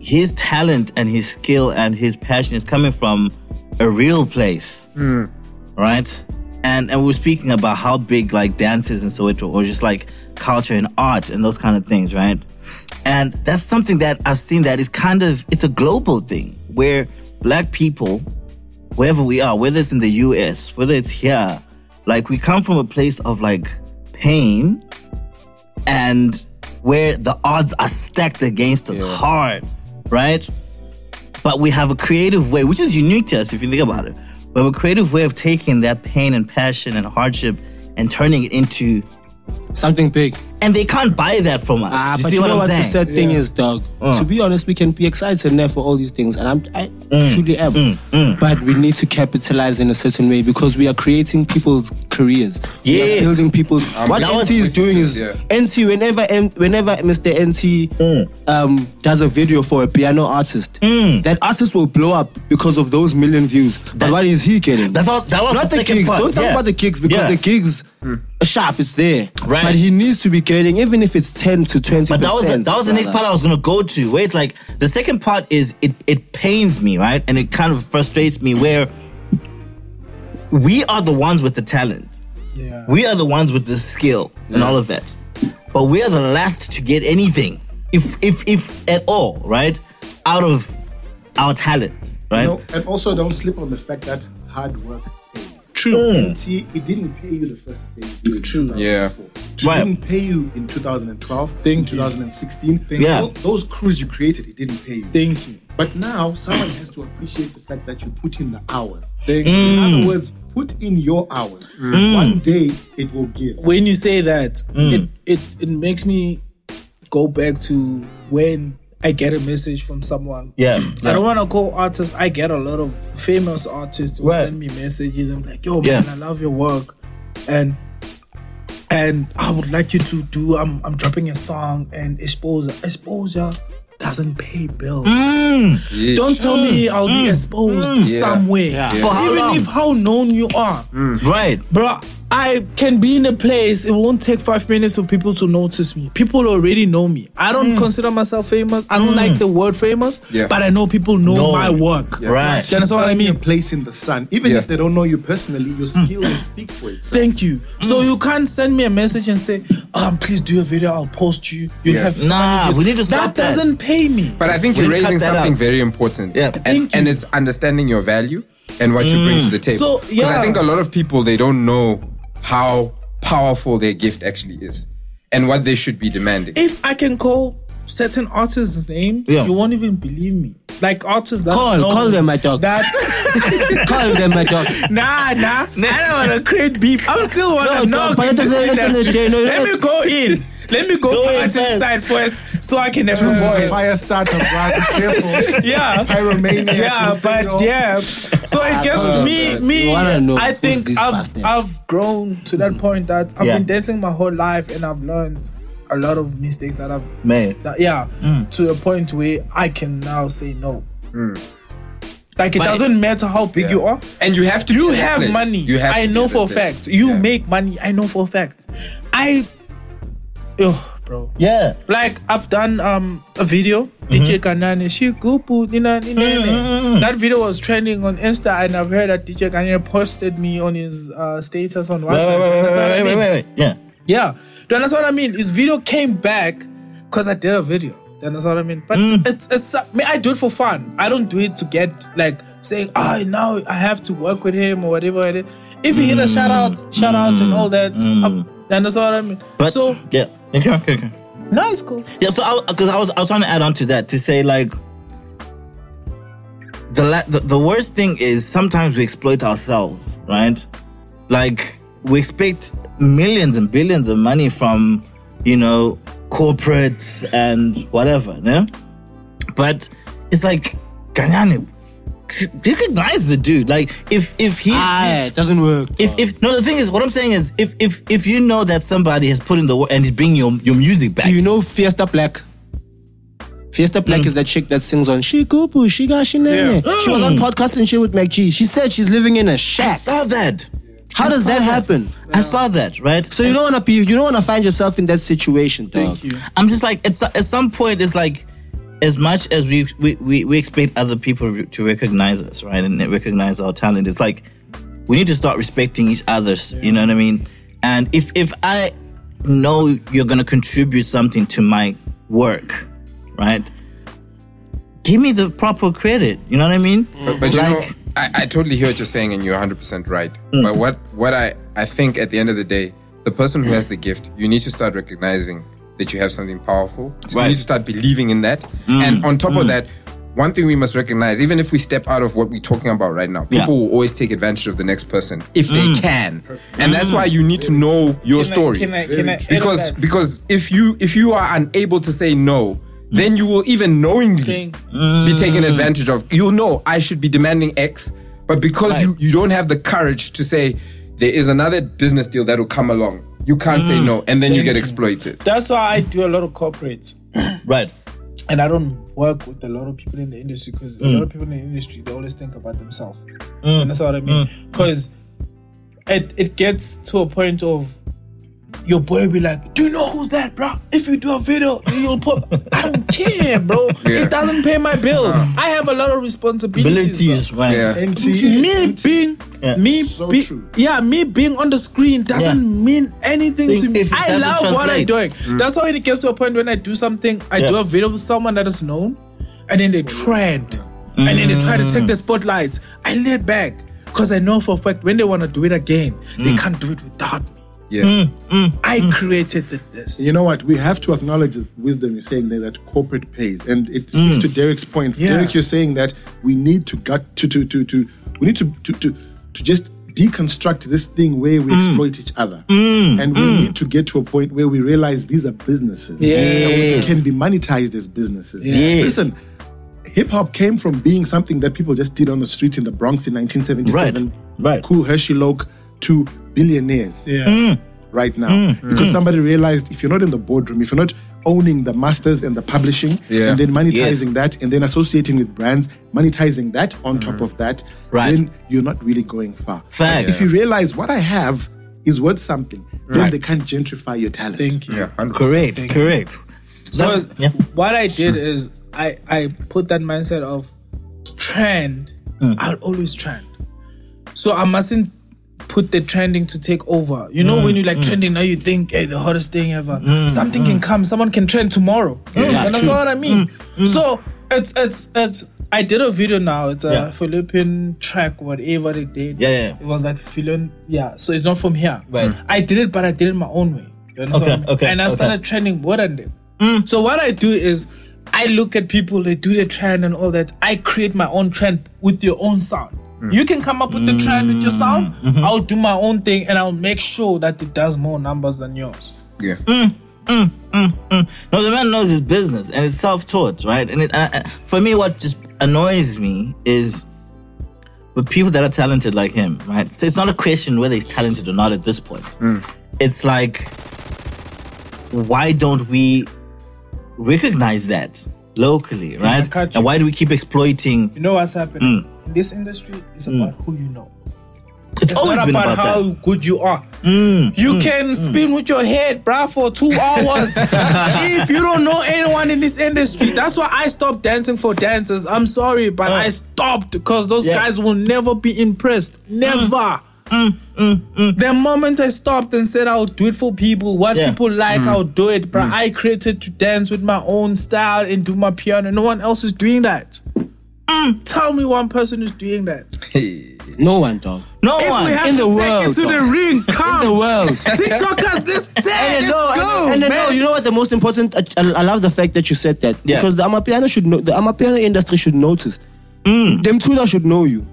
Speaker 2: his talent and his skill and his passion is coming from a real place. Right? And and we we're speaking about how big like dances in Soweto or just like culture and art and those kind of things, right? And that's something that I've seen that it kind of it's a global thing where black people wherever we are, whether it's in the US, whether it's here, like we come from a place of like pain and where the odds are stacked against us hard, right? But we have a creative way, which is unique to us if you think about it. We have a creative way of taking that pain and passion and hardship and turning it into,
Speaker 5: Something big.
Speaker 2: and they can't buy that from us.
Speaker 5: Ah,
Speaker 2: you
Speaker 5: but
Speaker 2: see
Speaker 5: you
Speaker 2: what
Speaker 5: know
Speaker 2: I'm
Speaker 5: what the
Speaker 2: saying? Mm.
Speaker 5: sad thing is, dog. To be honest, we can be excited now for all these things, and I'm, I
Speaker 2: Mm.
Speaker 5: truly am. But we need to capitalize in a certain way because we are creating people's careers. We are
Speaker 2: Yes.
Speaker 5: building people's. what
Speaker 2: that was-
Speaker 5: NT is doing is
Speaker 4: Yeah.
Speaker 5: NT. Whenever M- whenever Mr. NT
Speaker 2: Mm.
Speaker 5: um, does a video for a piano artist, that artist will blow up because of those million views. but what is he getting?
Speaker 2: That's all, that was
Speaker 5: not the,
Speaker 2: second
Speaker 5: gigs.
Speaker 2: part,
Speaker 5: Don't talk
Speaker 2: yeah.
Speaker 5: about the gigs because
Speaker 2: Yeah.
Speaker 5: the gigs are sharp. It's there,
Speaker 2: Hmm. Right.
Speaker 5: But he needs to be getting even if it's ten to twenty.
Speaker 2: But that was the, that was the next part I was gonna go to. Where it's like the second part is it it pains me right, and it kind of frustrates me where we are the ones with the talent,
Speaker 3: Yeah.
Speaker 2: we are the ones with the skill and all of that, but we are the last to get anything, if if if at all, right, out of our talent, right?
Speaker 6: You know, and also don't sleep on the fact that hard work pays.
Speaker 3: True.
Speaker 2: Mm.
Speaker 6: See, it didn't pay you the first day. in
Speaker 3: True.
Speaker 6: 2004.
Speaker 4: Yeah.
Speaker 6: It
Speaker 2: Right.
Speaker 6: didn't pay you in 2012,
Speaker 3: Thank
Speaker 6: in
Speaker 3: you.
Speaker 6: 2016.
Speaker 2: Yeah.
Speaker 6: Tho- Those crews you created, it didn't pay you.
Speaker 3: Thank you.
Speaker 6: But now someone has to appreciate the fact that you put in the hours.
Speaker 3: Thank you. Mm.
Speaker 6: In other words, put in your hours. One day it will give.
Speaker 3: when you say that, it, it it makes me go back to when I get a message from someone.
Speaker 2: Yeah,
Speaker 3: I
Speaker 2: yeah.
Speaker 3: don't want to call artists. I get a lot of famous artists who
Speaker 2: Right.
Speaker 3: send me messages. I'm like, yo,
Speaker 2: Yeah.
Speaker 3: man, I love your work, and and I would like you to do. I'm I'm dropping a song and exposure. Exposure doesn't pay bills. Don't tell me I'll be exposed somewhere.
Speaker 2: For how
Speaker 3: Mm. Even
Speaker 2: long?
Speaker 3: if how known you are
Speaker 2: right.
Speaker 3: bro i can be in a place it won't take five minutes for people to notice me people already know me i don't
Speaker 2: Hmm.
Speaker 3: consider myself famous i don't like the word famous
Speaker 4: Yeah.
Speaker 3: but i know people know
Speaker 2: No.
Speaker 3: my work
Speaker 2: Right.
Speaker 3: Do you understand what i
Speaker 6: Finding a
Speaker 3: mean
Speaker 6: place in the sun, even
Speaker 4: Yeah.
Speaker 6: if they don't know you personally, your
Speaker 3: Mm.
Speaker 6: skill will speak for itself.
Speaker 3: thank you
Speaker 2: Hmm.
Speaker 3: so you can't send me a message and say um please do a video i'll post you you
Speaker 4: Yeah.
Speaker 3: have so
Speaker 2: Nah,
Speaker 3: many views."
Speaker 2: we need to
Speaker 3: that
Speaker 2: stop that.
Speaker 3: doesn't pay me
Speaker 4: But I think
Speaker 2: We
Speaker 4: you're
Speaker 2: didn't
Speaker 4: raising
Speaker 2: cut that
Speaker 4: something
Speaker 2: out.
Speaker 4: very important.
Speaker 2: Yeah.
Speaker 4: And,
Speaker 3: Thank
Speaker 4: and
Speaker 3: you. Mm.
Speaker 4: it's understanding your value and what you bring to the table.
Speaker 3: So,
Speaker 4: 'Cause
Speaker 3: yeah.
Speaker 4: I think a lot of people, they don't know how powerful their gift actually is and what they should be demanding.
Speaker 3: if i can call certain artists name
Speaker 2: Yeah.
Speaker 3: you won't even believe me like artists that
Speaker 5: Call-
Speaker 3: know
Speaker 5: call
Speaker 3: me,
Speaker 5: them, my dog.
Speaker 3: that
Speaker 5: Call them, my dog.
Speaker 3: Nah, nah. I don't want to create beef. I'm still want
Speaker 5: No,
Speaker 3: to know.
Speaker 5: dog, but at the end of the day, no,
Speaker 3: Let
Speaker 5: no.
Speaker 3: me go in. Let me go
Speaker 2: Go in
Speaker 3: party
Speaker 2: first.
Speaker 3: side first so I can have a
Speaker 6: Boy,
Speaker 3: voice.
Speaker 6: fire starter, Brad, careful.
Speaker 3: Yeah.
Speaker 6: Pyromania.
Speaker 3: Yeah,
Speaker 6: Crusader.
Speaker 3: but yeah. So it gets me,
Speaker 5: Uh, You
Speaker 3: me.
Speaker 5: wanna know
Speaker 3: I
Speaker 5: who's
Speaker 3: think
Speaker 5: these
Speaker 3: I've,
Speaker 5: bastards.
Speaker 3: I've grown to that point that I've
Speaker 2: Yeah.
Speaker 3: been dancing my whole life and I've learned a lot of mistakes that I've
Speaker 2: Man.
Speaker 3: that yeah
Speaker 5: Mm.
Speaker 3: to a point where I can now say no. Like it
Speaker 2: But-
Speaker 3: doesn't matter how big you are.
Speaker 4: and you have to.
Speaker 3: You
Speaker 4: be at that
Speaker 3: have
Speaker 4: place.
Speaker 3: money.
Speaker 4: You have
Speaker 3: I
Speaker 4: to be
Speaker 3: know
Speaker 4: at
Speaker 3: for a
Speaker 4: that place.
Speaker 3: fact. You
Speaker 4: Yeah.
Speaker 3: make money. I know for a fact. I, oh, bro.
Speaker 2: Yeah.
Speaker 3: Like I've done um a video.
Speaker 2: Mm-hmm.
Speaker 3: DJ Kanane, she gupu nina nina. nina. That video was trending on Insta, and I've heard that DJ Kanane posted me on his uh, status on
Speaker 2: Wait,
Speaker 3: WhatsApp.
Speaker 2: wait, wait, wait,
Speaker 3: You understand what I
Speaker 2: wait, wait,
Speaker 3: mean?
Speaker 2: wait, wait. Yeah.
Speaker 3: Yeah. Do you understand what I mean? His video came back because I did a video. Do you understand what I mean? But it's it's I, mean, I do it for fun. I don't do it to get like saying, ah, now I have to work with him or whatever it is. If he hit a shout out, shout out and all that. um, you understand what I mean?
Speaker 2: But
Speaker 3: so
Speaker 2: yeah. Okay, okay, okay.
Speaker 3: no, it's cool.
Speaker 2: Yeah, so because I, was I was trying to add on to that to say like the la- the, the worst thing is sometimes we exploit ourselves, right? Like we expect millions and billions of money from you know corporates and whatever, yeah. But it's like Ganyani, recognize the dude. Like if if he
Speaker 5: Ah, it doesn't work.
Speaker 2: if if no the thing is what I'm saying is if if if you know that somebody has put in the work and is bringing your your music back.
Speaker 5: Do you know Fiesta Black? Fiesta Black is that chick that sings on Shikupu, Shigashinene.
Speaker 2: Hmm. Yeah.
Speaker 5: She was on podcast and shit with Mac G. She said she's living in a
Speaker 2: I
Speaker 5: shack.
Speaker 2: saw that.
Speaker 5: How does that happen?
Speaker 2: I saw that, right?
Speaker 5: So you don't wanna be you don't wanna find yourself in that situation, dog.
Speaker 2: I'm just like it's at some point it's like as much as we we, we, we expect other people re- to recognize us right and recognize our talent it's like we need to start respecting each other's you know what I mean and if if I know you're gonna contribute something to my work right give me the proper credit you know what I mean
Speaker 4: But, but you
Speaker 2: Like- Hmm.
Speaker 4: know, I, I totally hear what you're saying, and you're 100% right. But what, what I, I think at the end of the day, the person who has the gift, you need to start recognizing that you have something powerful. So
Speaker 2: Right. Hmm.
Speaker 4: You need to start believing in that. And on top of that, one thing we must recognize, even if we step out of what we're talking about right now,
Speaker 2: Yeah. Hmm.
Speaker 4: people will always take advantage of the next person if they can. And that's why you need to know your
Speaker 3: Can I-
Speaker 4: story
Speaker 3: can I- can I edit
Speaker 4: because
Speaker 3: that?
Speaker 4: because if you if you are unable to say no then you will even knowingly
Speaker 3: Think.
Speaker 4: be taken advantage of you'll know i should be demanding x but because you you don't have the courage to say there is another business deal that will come along you can't say no and Mm. then you get exploited
Speaker 3: That's why I do a lot of corporate
Speaker 2: right
Speaker 3: and I don't work with a lot of people in the industry because a
Speaker 2: Mm.
Speaker 3: lot of people in the industry they always think about themselves. And that's what I mean.
Speaker 2: Mm.
Speaker 3: Because it it gets to a point of your boy be like, "Do you know who's that, bro? If you do a video, you'll put." I don't care, bro.
Speaker 4: Yeah.
Speaker 3: It doesn't pay my bills. I have a lot of responsibilities. bro.
Speaker 2: Uh-huh. abilities right
Speaker 4: yeah
Speaker 3: me being
Speaker 2: Yeah.
Speaker 3: me
Speaker 6: So
Speaker 3: be-
Speaker 6: true.
Speaker 3: yeah me being on the screen doesn't mean anything
Speaker 2: If-
Speaker 3: to me
Speaker 2: if it
Speaker 3: i
Speaker 2: doesn't
Speaker 3: love what i'm
Speaker 2: translate. Mm.
Speaker 3: doing that's why it gets to a point when i do something i
Speaker 2: Yeah.
Speaker 3: do a video with someone that is known and then they trend and then they try to take the spotlight i lay back because i know for a fact when they want to do it again
Speaker 2: Mm.
Speaker 3: they can't do it without me
Speaker 4: yeah
Speaker 3: i created the, this
Speaker 6: You know what? We have to acknowledge the wisdom you're saying there that corporate pays, and it
Speaker 2: Mm.
Speaker 6: speaks to Derek's point.
Speaker 3: Yeah.
Speaker 6: Derek, you're saying that we need to gut to to to to we need to to to, to just deconstruct this thing where
Speaker 2: Mm.
Speaker 6: we exploit each other, and we need to get to a point where we realize these are businesses.
Speaker 2: Yes.
Speaker 6: and we can be monetized as businesses.
Speaker 2: Yes.
Speaker 6: Listen. Hip hop came from being something that people just did on the street in the Bronx in 1977.
Speaker 2: Right, right.
Speaker 6: Cool Hershey Loke to billionaires
Speaker 3: yeah
Speaker 2: Mm.
Speaker 6: right now
Speaker 2: Hmm.
Speaker 6: because somebody realized if you're not in the boardroom, if you're not owning the masters and the publishing,
Speaker 4: Yeah.
Speaker 6: and then
Speaker 2: Yes.
Speaker 6: monetizing that, and then associating with brands, monetizing that on top of that,
Speaker 2: Right.
Speaker 6: then you're not really going far.
Speaker 2: Facts.
Speaker 6: If you realize what I have is worth something, then
Speaker 2: Right.
Speaker 6: they can't gentrify your talent.
Speaker 3: thank you
Speaker 4: yeah 100%.
Speaker 2: correct
Speaker 3: Thank you.
Speaker 2: correct
Speaker 3: So
Speaker 2: That- yeah.
Speaker 3: what I did is I I put that mindset of trend.
Speaker 2: Hmm.
Speaker 3: I'll always trend. So I mustn't put the trending to take over. You
Speaker 2: Hmm.
Speaker 3: know when you like trending now you think hey the hottest thing ever. Something can come, someone can trend tomorrow. and that's what I mean.
Speaker 2: Hmm.
Speaker 3: So it's it's it's I did a video now. It's a
Speaker 2: Yeah.
Speaker 3: Philippine track, whatever they did.
Speaker 2: Yeah, yeah.
Speaker 3: It was like Philippine. Yeah. So it's not from here.
Speaker 2: Right.
Speaker 3: I did it, but I did it my own way. You understand
Speaker 2: Okay,
Speaker 3: what I mean?
Speaker 2: okay,
Speaker 3: And I
Speaker 2: okay. Mm.
Speaker 3: started trending more than them. So what I do is I look at people, they do their trend and all that. I create my own trend with your own sound.
Speaker 2: Mm.
Speaker 3: You can come up with the trend with your sound.
Speaker 2: Mm-hmm.
Speaker 3: I'll do my own thing and I'll make sure that it does more numbers than yours.
Speaker 4: yeah
Speaker 2: No, the man knows his business and it's self-taught, right? And it, uh, uh, for me, what just annoys me is with people that are talented like him, right? So it's not a question whether he's talented or not at this point.
Speaker 5: Hmm.
Speaker 2: It's like, why don't we recognize that locally, right?
Speaker 3: catch
Speaker 2: And
Speaker 3: you.
Speaker 2: why do we keep exploiting?
Speaker 3: You know what's happening?
Speaker 2: Mm.
Speaker 3: In this industry, it's about who you know.
Speaker 2: It's,
Speaker 3: It's
Speaker 2: always
Speaker 3: not
Speaker 2: been
Speaker 3: about,
Speaker 2: about
Speaker 3: how
Speaker 2: that. Mm,
Speaker 3: good you are. you can spin with your head, bruh, for two hours. if you don't know anyone in this industry, that's why I stopped dancing for dancers. I'm sorry, but I stopped because those
Speaker 2: Oh. Yeah. Mm.
Speaker 3: guys will never be impressed. Never. The moment I stopped and said I'll do it for people, what
Speaker 2: Yeah. Mm.
Speaker 3: people like, I'll do it. But I created to dance with my own style and do my piano. No one else is doing that.
Speaker 2: Mm.
Speaker 3: Tell me one person who's doing that.
Speaker 5: No one, dog.
Speaker 2: No
Speaker 3: If
Speaker 2: one.
Speaker 3: we have
Speaker 5: in
Speaker 3: to
Speaker 5: the
Speaker 3: take
Speaker 5: world,
Speaker 3: it to the
Speaker 5: bro.
Speaker 3: ring, come.
Speaker 5: The world.
Speaker 3: TikTokers, this day,
Speaker 5: And
Speaker 3: let's
Speaker 5: then no,
Speaker 3: go,
Speaker 5: and, and then
Speaker 3: man.
Speaker 5: no, you know what? The most important. I, I I love the fact that you said that
Speaker 2: Yeah.
Speaker 5: because the Amapiano should know. The Amapiano industry should notice.
Speaker 3: Hmm.
Speaker 5: Them Twitter should know you.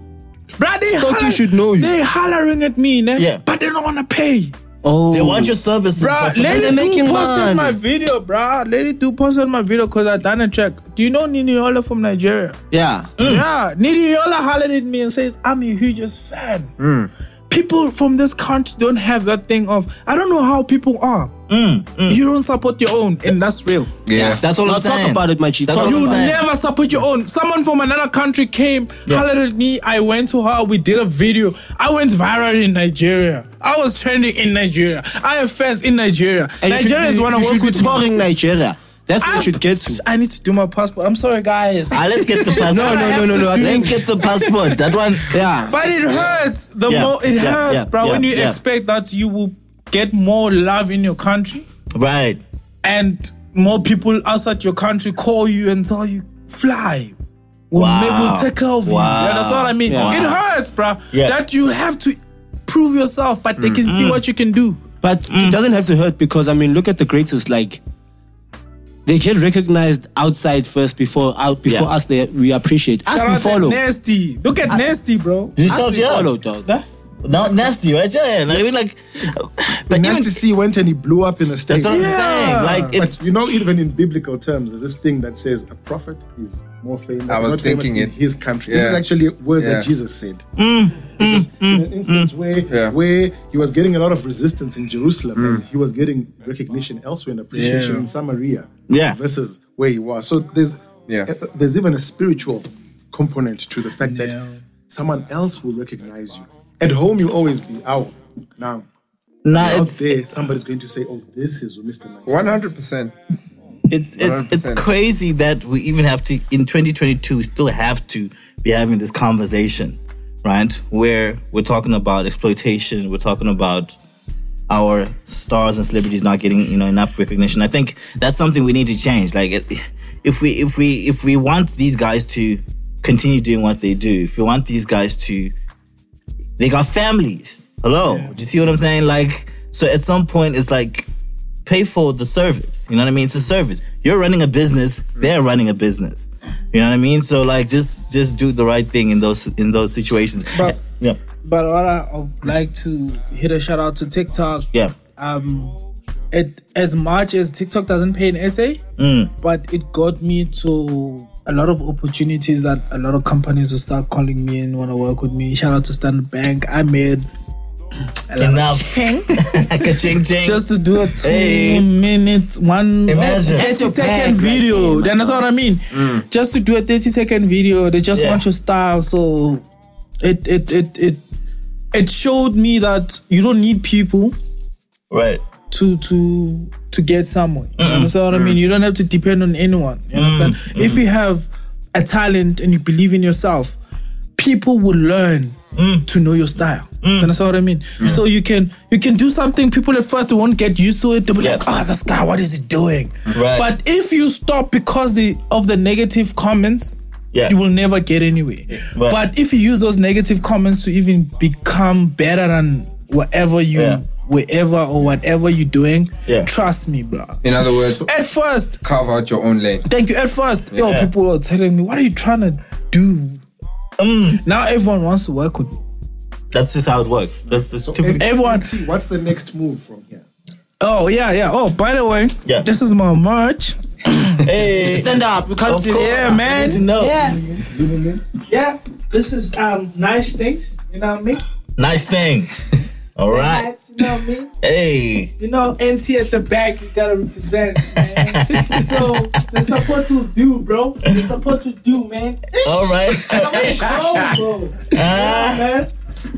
Speaker 3: Bruh, they
Speaker 5: Turkey
Speaker 3: holler-
Speaker 5: should know you.
Speaker 3: They hollering at me, ne?
Speaker 2: Yeah.
Speaker 3: but they don't want to pay.
Speaker 5: Oh,
Speaker 2: They want your services.
Speaker 3: Bruh,
Speaker 2: but for
Speaker 3: let
Speaker 2: them-
Speaker 3: it do
Speaker 5: making
Speaker 3: posted
Speaker 5: money.
Speaker 3: my video, bruh. Let it do posted my video because I done a track. Do you know Nini Yola from Nigeria?
Speaker 5: yeah.
Speaker 3: Yeah, Nini Yola hollered at me and says, I'm your hugest fan.
Speaker 5: Hmm.
Speaker 3: People from this country don't have that thing of, I don't know how people are.
Speaker 5: Hmm,
Speaker 3: You don't support your own, and that's real.
Speaker 4: Yeah.
Speaker 2: That's all
Speaker 5: Now
Speaker 2: I'm
Speaker 5: talk
Speaker 2: saying.
Speaker 5: about it, my G.
Speaker 2: That's
Speaker 5: Talk
Speaker 2: all I'm
Speaker 3: You
Speaker 5: about
Speaker 2: saying.
Speaker 3: never support your own. Someone from another country came, hollered at me. I went to her. We did a video. I went viral in Nigeria. I was trending in Nigeria. I have fans in Nigeria.
Speaker 5: And you should
Speaker 3: Nigerians
Speaker 5: be-
Speaker 3: want to
Speaker 5: you
Speaker 3: work
Speaker 5: should be
Speaker 3: with me.
Speaker 5: touring Nigeria. That's what you should get to.
Speaker 3: I need to do my passport. I'm sorry, guys.
Speaker 2: Ah, let's get the passport.
Speaker 5: No, no, no, no, no. I
Speaker 2: Let's
Speaker 5: think-
Speaker 2: get the passport. That one.
Speaker 5: Yeah.
Speaker 3: but it hurts. The
Speaker 2: Yeah,
Speaker 3: more it
Speaker 2: yeah,
Speaker 3: hurts,
Speaker 2: yeah,
Speaker 3: bro. when
Speaker 2: yeah,
Speaker 3: you
Speaker 2: yeah.
Speaker 3: expect that you will get more love in your country
Speaker 2: Right.
Speaker 3: and more people outside your country call you and tell you, fly. We'll,
Speaker 2: Wow.
Speaker 3: make, we'll take care of you.
Speaker 2: Wow.
Speaker 3: Yeah, that's what I mean.
Speaker 5: Yeah.
Speaker 3: It hurts, bro.
Speaker 2: Yeah. Mm-hmm.
Speaker 3: That you have to prove yourself, but they can see what you can do.
Speaker 5: But
Speaker 3: Ah.
Speaker 5: it doesn't have to hurt because I mean, look at the greatest. Like they get recognized outside first before out before
Speaker 2: Yeah.
Speaker 5: us. They we appreciate us.
Speaker 3: Shout
Speaker 5: we
Speaker 3: out to
Speaker 5: follow. Us
Speaker 3: Nasty. Look at Nasty, bro.
Speaker 2: You
Speaker 5: we
Speaker 2: shout yeah.
Speaker 5: follow, dog.
Speaker 2: Not nasty, right? Yeah. yeah. I mean, like, but even,
Speaker 6: Nasty C went and he blew up in the States.
Speaker 2: that's what I'm
Speaker 3: Yeah.
Speaker 2: saying. Like, it's
Speaker 6: But you know, even in biblical terms, there's this thing that says a prophet is more famous.
Speaker 4: I was
Speaker 6: not famous
Speaker 4: thinking
Speaker 6: in
Speaker 4: it.
Speaker 6: his country.
Speaker 4: Yeah.
Speaker 6: This is actually words
Speaker 4: Yeah.
Speaker 6: that Jesus said.
Speaker 2: Mm,
Speaker 6: Because in an instance where
Speaker 4: Yeah. Mm.
Speaker 6: where he was getting a lot of resistance in Jerusalem, and he was getting recognition elsewhere and appreciation
Speaker 3: Yeah.
Speaker 6: in Samaria.
Speaker 2: Yeah.
Speaker 6: versus where he was. So there's
Speaker 4: Yeah.
Speaker 6: uh, there's even a spiritual component to the fact
Speaker 3: Yeah.
Speaker 6: that someone else will recognize you. At home, you'll always be out now.
Speaker 2: nah,
Speaker 6: Out
Speaker 2: Uh, it's
Speaker 6: there, somebody's going to say, "Oh, this is Mr. Nice."
Speaker 4: One hundred percent.
Speaker 2: it's it's it's
Speaker 4: 100%.
Speaker 2: crazy that we even have to in 2022 we still have to be having this conversation, right? Where we're talking about exploitation, we're talking about our stars and celebrities not getting you know enough recognition. I think that's something we need to change. Like it- if we if we if we want these guys to continue doing what they do, if we want these guys to they got families. Hello, do you see what I'm saying? Like so at some point it's like pay for the service. You know what I mean? It's a service. You're running a business, they're running a business. You know what I mean? So like just just do the right thing in those in those situations.
Speaker 3: But-
Speaker 2: yeah.
Speaker 3: But what I I would like to hit a shout out to TikTok.
Speaker 2: Yeah.
Speaker 3: um it as much as TikTok doesn't pay an essay, but it got me to a lot of opportunities that a lot of companies will start calling me and want to work with me. Shout out to Standard Bank. I made a lot of
Speaker 2: Enough.
Speaker 3: ching
Speaker 2: Ka-ching, ching.
Speaker 3: just to do a two
Speaker 2: Hey.
Speaker 3: minute one
Speaker 2: Imagine.
Speaker 3: 30
Speaker 5: That's your
Speaker 3: second
Speaker 5: bag right
Speaker 3: video.
Speaker 5: there, man.
Speaker 3: then that's what I mean. Just to do a 30 second video, they just
Speaker 2: Yeah.
Speaker 3: want your style. So it it it it it showed me that you don't need people
Speaker 2: right.
Speaker 3: to to to get somewhere. You understand what I mean? You don't have to depend on anyone. You understand? If you have a talent and you believe in yourself, people will learn to know your style. You understand what I mean? So you can you can do something. People at first they won't get used to it. They'll be like, "Ah, this guy, what is he doing?"
Speaker 2: Right.
Speaker 3: But if you stop because the of the negative comments.
Speaker 2: Yeah.
Speaker 3: You will never get anywhere.
Speaker 2: Right.
Speaker 3: But if you use those negative comments to even become better than whatever you
Speaker 2: Yeah.
Speaker 3: wherever or whatever you're doing,
Speaker 2: Yeah.
Speaker 3: trust me, bro.
Speaker 4: In other words,
Speaker 3: At first,
Speaker 4: carve out your own lane.
Speaker 3: thank you. At first, yo, people were telling me, "What are you trying to do?"
Speaker 2: Mm.
Speaker 3: Now everyone wants to work with me.
Speaker 2: That's just how it works. That's just
Speaker 6: Ev-
Speaker 2: typical.
Speaker 3: Everyone.
Speaker 6: See, what's the next move from here?
Speaker 3: Oh yeah, yeah. Oh, by the way,
Speaker 2: Yeah.
Speaker 3: this is my merch.
Speaker 2: Hey,
Speaker 5: Stand up. We can't
Speaker 2: Of
Speaker 5: see.
Speaker 2: course.
Speaker 3: Yeah, man.
Speaker 2: No.
Speaker 6: Zooming in.
Speaker 3: Yeah, this is um nice things. You know what I mean?
Speaker 2: Nice things. All right.
Speaker 3: You know what I mean?
Speaker 2: Hey.
Speaker 3: You know, NT at the back, you gotta represent, man. so the support will do, bro. The support will do, man.
Speaker 2: All right.
Speaker 3: Go, bro.
Speaker 2: Ah,
Speaker 3: man.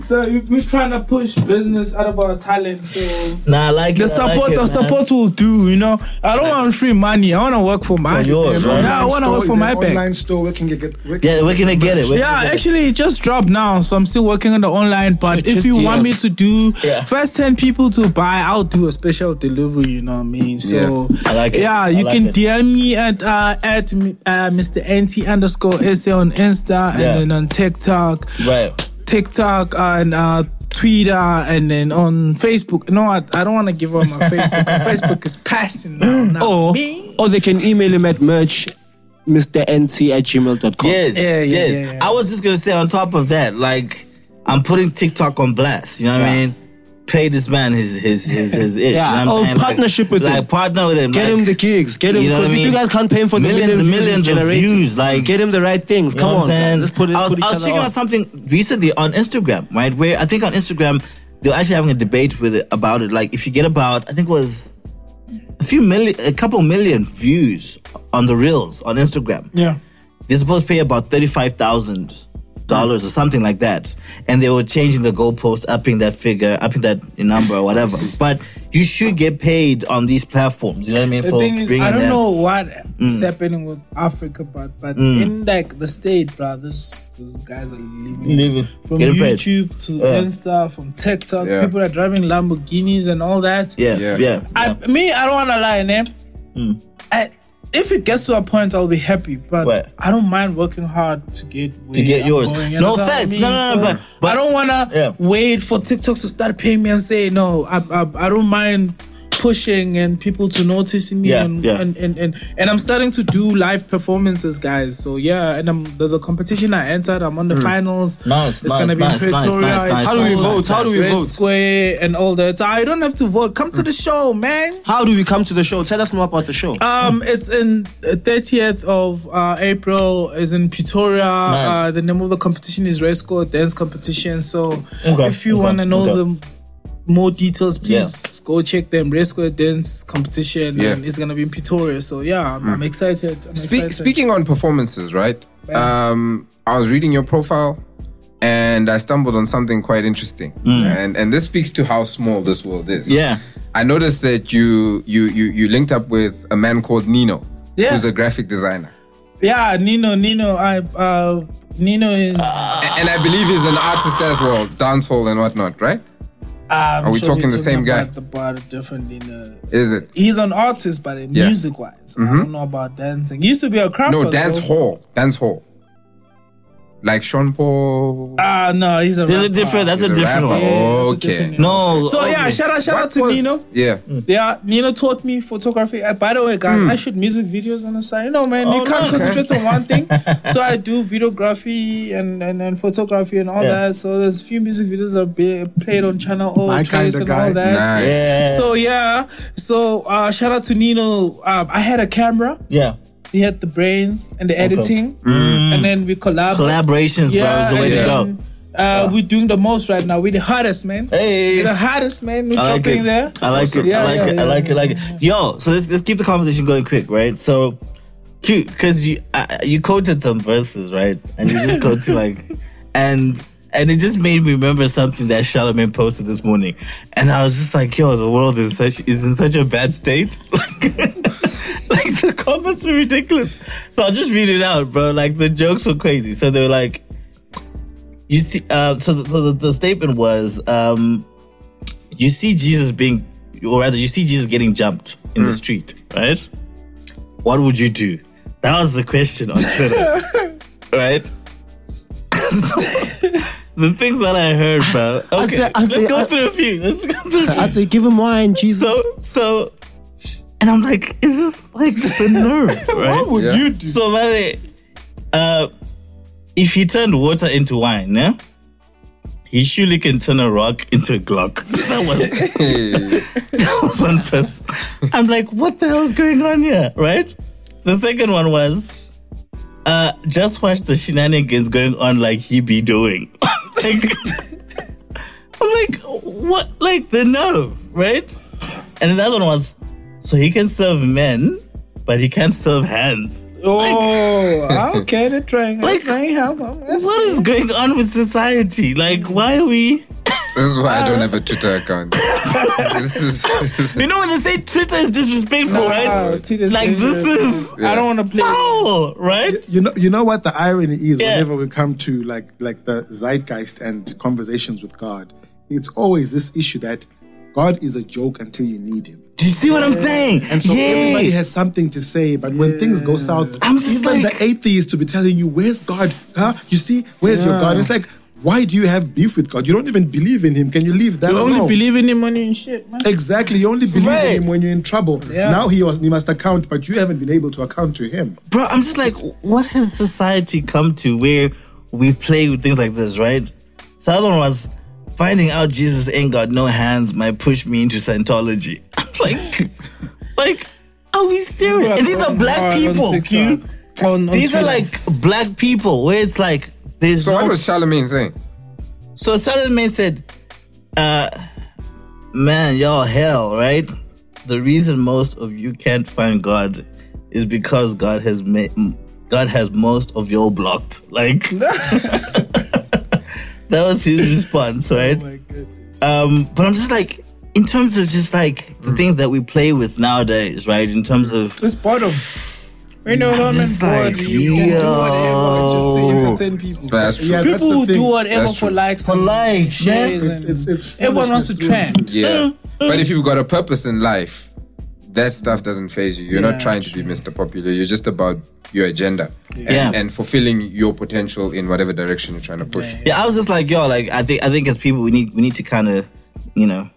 Speaker 3: So we- we're trying to push business out of our talent. So
Speaker 2: nah, I like
Speaker 3: the
Speaker 2: it, I like
Speaker 3: support,
Speaker 2: it,
Speaker 3: the
Speaker 2: man.
Speaker 3: support will do. You know, I don't want free money. I want to work for my.
Speaker 2: yours, right?
Speaker 3: yeah, I want to
Speaker 6: Store
Speaker 3: work
Speaker 6: is
Speaker 3: for
Speaker 6: an
Speaker 3: my bag.
Speaker 6: Online store where can you get? Where
Speaker 2: Yeah, we're gonna get it. We're
Speaker 3: Yeah,
Speaker 2: gonna get it.
Speaker 3: actually, it just dropped now, so I'm still working on the online. But if
Speaker 5: just
Speaker 3: you want
Speaker 5: DM.
Speaker 3: me to do
Speaker 2: Yeah.
Speaker 3: first ten people to buy, I'll do a special delivery. You know what I mean? So
Speaker 2: I like it.
Speaker 3: yeah,
Speaker 2: I
Speaker 3: you
Speaker 2: like
Speaker 3: can
Speaker 2: it.
Speaker 3: DM me at uh, at uh, Mr. NT underscore SA on Insta and
Speaker 2: Yeah.
Speaker 3: then on TikTok.
Speaker 2: Right.
Speaker 3: TikTok and uh, Twitter and then on Facebook. No, I, I don't want to give up my Facebook. Facebook is passing now. now.
Speaker 2: Oh.
Speaker 5: Or
Speaker 3: me.
Speaker 5: or they can email him at merch, mrnt at gmail.com.
Speaker 2: Yes.
Speaker 3: Yeah, yeah,
Speaker 2: yes.
Speaker 3: yeah, yeah.
Speaker 2: I was just gonna say on top of that, like I'm putting TikTok on blast. You know what I mean? pay this man his his his his itch.
Speaker 5: Yeah,
Speaker 2: you know what
Speaker 5: oh,
Speaker 2: I'm saying? Like-
Speaker 5: partnership with
Speaker 2: like,
Speaker 5: him.
Speaker 2: partner with him.
Speaker 5: Get
Speaker 2: like,
Speaker 5: him the gigs. Get him
Speaker 2: You know what
Speaker 5: because
Speaker 2: I
Speaker 5: if you
Speaker 2: mean?
Speaker 5: guys can't pay him for the
Speaker 2: Millions
Speaker 5: millions,
Speaker 2: and
Speaker 5: millions
Speaker 2: millions of views, like-
Speaker 5: get him the right things.
Speaker 2: You
Speaker 5: Come
Speaker 2: know what
Speaker 5: on,
Speaker 2: I'm saying?
Speaker 5: guys. let's put, let's
Speaker 2: I was,
Speaker 5: put each
Speaker 2: I was
Speaker 5: other
Speaker 2: checking
Speaker 5: on.
Speaker 2: out something recently on Instagram, right? Where I think on Instagram they were actually having a debate with it about it. Like if you get about, I think it was a few million, a couple million views on the reels on Instagram.
Speaker 3: Yeah.
Speaker 2: They're supposed to pay about thirty-five thousand dollars or something like that, and they were changing the goalpost, upping that figure, upping that number or whatever. But you should get paid on these platforms. You know what I mean?
Speaker 3: The thing is,
Speaker 2: bringing
Speaker 3: I don't
Speaker 2: them. Mm.
Speaker 3: know what happening with Africa, but but in like the state, bro, those those guys are living.
Speaker 2: Living.
Speaker 3: From
Speaker 2: Getting paid.
Speaker 3: YouTube to Insta, from TikTok,
Speaker 4: Yeah.
Speaker 3: people are driving Lamborghinis and all that.
Speaker 2: Yeah,
Speaker 4: Yeah.
Speaker 2: yeah. yeah. Hmm.
Speaker 3: I, me, I don't want to lie, man. I, if it gets to a point, I'll be happy, but
Speaker 2: Right.
Speaker 3: I don't mind working hard to get where
Speaker 2: To get
Speaker 3: I'm
Speaker 2: yours.
Speaker 3: going, you
Speaker 2: No
Speaker 3: understand
Speaker 2: offense.
Speaker 3: what
Speaker 2: No, no, no,
Speaker 3: So,
Speaker 2: but- but-
Speaker 3: I don't want to
Speaker 2: Yeah.
Speaker 3: wait for TikTok to start paying me and say no. I, I, I don't mind pushing and people to notice me
Speaker 2: Yeah,
Speaker 3: and,
Speaker 2: yeah.
Speaker 3: And, and and and I'm starting to do live performances, guys. So yeah, and I'm, there's a competition I entered. I'm on
Speaker 2: Hmm.
Speaker 3: the finals.
Speaker 2: Nice,
Speaker 3: it's
Speaker 2: nice,
Speaker 3: gonna be
Speaker 2: nice,
Speaker 3: in
Speaker 2: nice,
Speaker 3: Pretoria.
Speaker 2: nice, nice,
Speaker 7: How do we
Speaker 2: nice,
Speaker 7: vote? How do we
Speaker 3: Red
Speaker 7: vote?
Speaker 3: Square and all that. I don't have to vote. Come to the show, man.
Speaker 5: How do we come to the show? Tell us more about the show.
Speaker 3: Um, it's in thirtieth of uh, April. is in Pretoria.
Speaker 2: Nice.
Speaker 3: Uh, the name of the competition is Red Square Dance Competition. So
Speaker 2: Okay,
Speaker 3: if you
Speaker 2: okay,
Speaker 3: want to know
Speaker 2: okay.
Speaker 3: the more details, please go check them. Red Square Dance Competition.
Speaker 4: Yeah.
Speaker 3: And it's gonna be in Pretoria. So yeah, I'm, I'm excited. I'm
Speaker 4: Spe-
Speaker 3: excited.
Speaker 4: speaking on performances, right? Um, I was reading your profile and I stumbled on something quite interesting. And and this speaks to how small this world is.
Speaker 2: Mm. Yeah.
Speaker 4: I noticed that you you you you linked up with a man called Nino,
Speaker 3: Yeah.
Speaker 4: who's a graphic designer.
Speaker 3: yeah, Nino, Nino, I uh, Nino is.
Speaker 2: Ah.
Speaker 4: A- And I believe he's an artist as well, dancehall and whatnot, right?
Speaker 3: I'm
Speaker 4: Are we
Speaker 3: sure
Speaker 4: talking
Speaker 3: we're
Speaker 4: the same guy?
Speaker 3: about The bar differently. Nino.
Speaker 4: Is it?
Speaker 3: he's an artist, but in
Speaker 4: Yeah. Mm-hmm.
Speaker 3: music wise, I don't know about dancing. He used to be a crapper.
Speaker 4: No, dance
Speaker 3: though.
Speaker 4: hall. Dance hall. Like Sean Paul.
Speaker 3: Ah, no, he's a.
Speaker 2: There's a
Speaker 3: rapper.
Speaker 2: different. That's
Speaker 4: He's
Speaker 2: a
Speaker 4: a
Speaker 2: different
Speaker 4: rapper.
Speaker 2: one.
Speaker 3: Yeah, it's a
Speaker 4: Okay.
Speaker 3: different-
Speaker 2: No. Mm.
Speaker 3: So yeah, shout out, shout out
Speaker 4: What
Speaker 3: to
Speaker 4: was-
Speaker 3: Nino.
Speaker 4: Yeah.
Speaker 3: Yeah, Nino taught me photography. Uh, by the way,
Speaker 4: Hmm.
Speaker 3: guys, I shoot music videos on the side. You know, man,
Speaker 2: Oh,
Speaker 3: you can't concentrate on one thing. so I do videography and, and, and photography and all
Speaker 2: Yeah.
Speaker 3: that. So there's a few music videos that be played on Channel O,
Speaker 6: My
Speaker 3: Trace,
Speaker 6: kinda
Speaker 3: and
Speaker 6: guy.
Speaker 3: all that.
Speaker 4: Nice.
Speaker 2: Yeah.
Speaker 3: So yeah, so uh, shout out to Nino. Um, I had a camera.
Speaker 2: yeah.
Speaker 3: He had the brains and the editing,
Speaker 2: Mm.
Speaker 3: and then we collab.
Speaker 2: Collaborations, bro, is the way
Speaker 3: and
Speaker 2: to
Speaker 3: then,
Speaker 2: go.
Speaker 3: Uh, We're doing the most right now. We're the hardest, man.
Speaker 2: Hey.
Speaker 3: We're the hardest, man. We're
Speaker 2: I like
Speaker 3: dropping
Speaker 2: it.
Speaker 3: there.
Speaker 2: I like it.
Speaker 3: Yeah,
Speaker 2: I like
Speaker 3: yeah,
Speaker 2: it.
Speaker 3: yeah,
Speaker 2: I like
Speaker 3: yeah.
Speaker 2: it. I like it. Yo, so let's let's keep the conversation going quick, right? So, cute because you uh, you quoted some verses, right? And you just go to like, and and it just made me remember something that Charlemagne posted this morning, and I was just like, yo, the world is such is in such a bad state. like the comments were ridiculous. So I'll just read it out, bro. Like the jokes were crazy. So they were like, you see, uh, so, the, so the, the statement was, um, you see Jesus being, or rather, you see Jesus getting jumped in the street, right? What would you do? That was the question on Twitter, right? the things that I heard, bro. Okay,
Speaker 5: say- I say-
Speaker 2: let's go
Speaker 5: I-
Speaker 2: through a few. Let's go through a few
Speaker 5: I say, give him wine, Jesus.
Speaker 2: so so and I'm like, is this like the nerve? Right? what would
Speaker 4: Yeah. you
Speaker 2: do? So Vale, uh if he turned water into wine, yeah? He surely can turn a rock into a Glock. That was
Speaker 4: Hey.
Speaker 2: that was one person. I'm like, what the hell's going on here? Right? The second one was uh just watch the shenanigans going on like he be doing. like I'm like, what like the nerve, right? And the other one was so he can serve men, but he can't serve hands.
Speaker 3: Oh, okay. They're trying.
Speaker 2: Like-
Speaker 3: Like, trying help. That's
Speaker 2: What is going on with society? Like, why are we
Speaker 4: This is why I don't have a Twitter account. this is
Speaker 2: You know when they say Twitter is disrespectful,
Speaker 3: Wow,
Speaker 2: right?
Speaker 3: Tita's
Speaker 2: Like this
Speaker 3: dangerous.
Speaker 2: is
Speaker 3: I don't want to play.
Speaker 2: foul, right?
Speaker 6: You know, you know what the irony is.
Speaker 2: Yeah.
Speaker 6: Whenever we come to like like the zeitgeist and conversations with God, it's always this issue that God is a joke until you need Him.
Speaker 2: Do you see what I'm saying?
Speaker 6: And so
Speaker 2: yeah.
Speaker 6: everybody has something to say, but when things go south,
Speaker 2: I'm just
Speaker 6: even
Speaker 2: like-
Speaker 6: the atheist to be telling you, "Where's God? Huh? You see, where's your God?" It's like, why do you have beef with God? You don't even believe in Him. Can you leave that?
Speaker 3: You only
Speaker 6: alone?
Speaker 3: believe in him when you're in shit, man.
Speaker 6: Exactly, you only believe
Speaker 2: Right.
Speaker 6: in him when you're in trouble.
Speaker 3: Yeah.
Speaker 6: Now he, was, he must account, but you haven't been able to account to him.
Speaker 2: bro, I'm just like, what has society come to where we play with things like this, right? So the other one was, finding out Jesus ain't got no hands might push me into Scientology. I'm like, like, are we serious? And these are black people.
Speaker 3: On, TikTok, on, on
Speaker 2: These are
Speaker 3: Twitter.
Speaker 2: like black people where it's like there's
Speaker 4: So
Speaker 2: no
Speaker 4: what was eh? Charlemagne saying?
Speaker 2: so Solomon said, uh, man, y'all hell, right? The reason most of you can't find God is because God has made God has most of y'all blocked. Like that was his response, right?
Speaker 3: Oh my goodness.
Speaker 2: Um, but I'm just like, in terms of just like the things that we play with nowadays, right? In terms of
Speaker 3: It's bottom. We're no longer
Speaker 2: just
Speaker 3: bored.
Speaker 2: like,
Speaker 3: you can do whatever just to entertain people.
Speaker 4: That's true.
Speaker 6: Yeah,
Speaker 3: people
Speaker 6: that's the
Speaker 3: who do
Speaker 6: thing.
Speaker 3: whatever
Speaker 4: That's
Speaker 3: for
Speaker 4: true.
Speaker 3: likes,
Speaker 2: For
Speaker 3: and
Speaker 2: likes, yeah.
Speaker 3: shares
Speaker 6: It's-
Speaker 3: and-
Speaker 6: it's- it's
Speaker 3: everyone wants to
Speaker 6: foolishness,
Speaker 3: trend.
Speaker 4: Yeah. But if you've got a purpose in life, that stuff doesn't phase you. You're
Speaker 3: Yeah,
Speaker 4: not trying to be Mr. Popular. You're just about your agenda and,
Speaker 2: Yeah.
Speaker 4: and fulfilling your potential in whatever direction you're trying to push.
Speaker 2: Yeah, I was just like, yo, like I think I think as people we need we need to kind of, you know,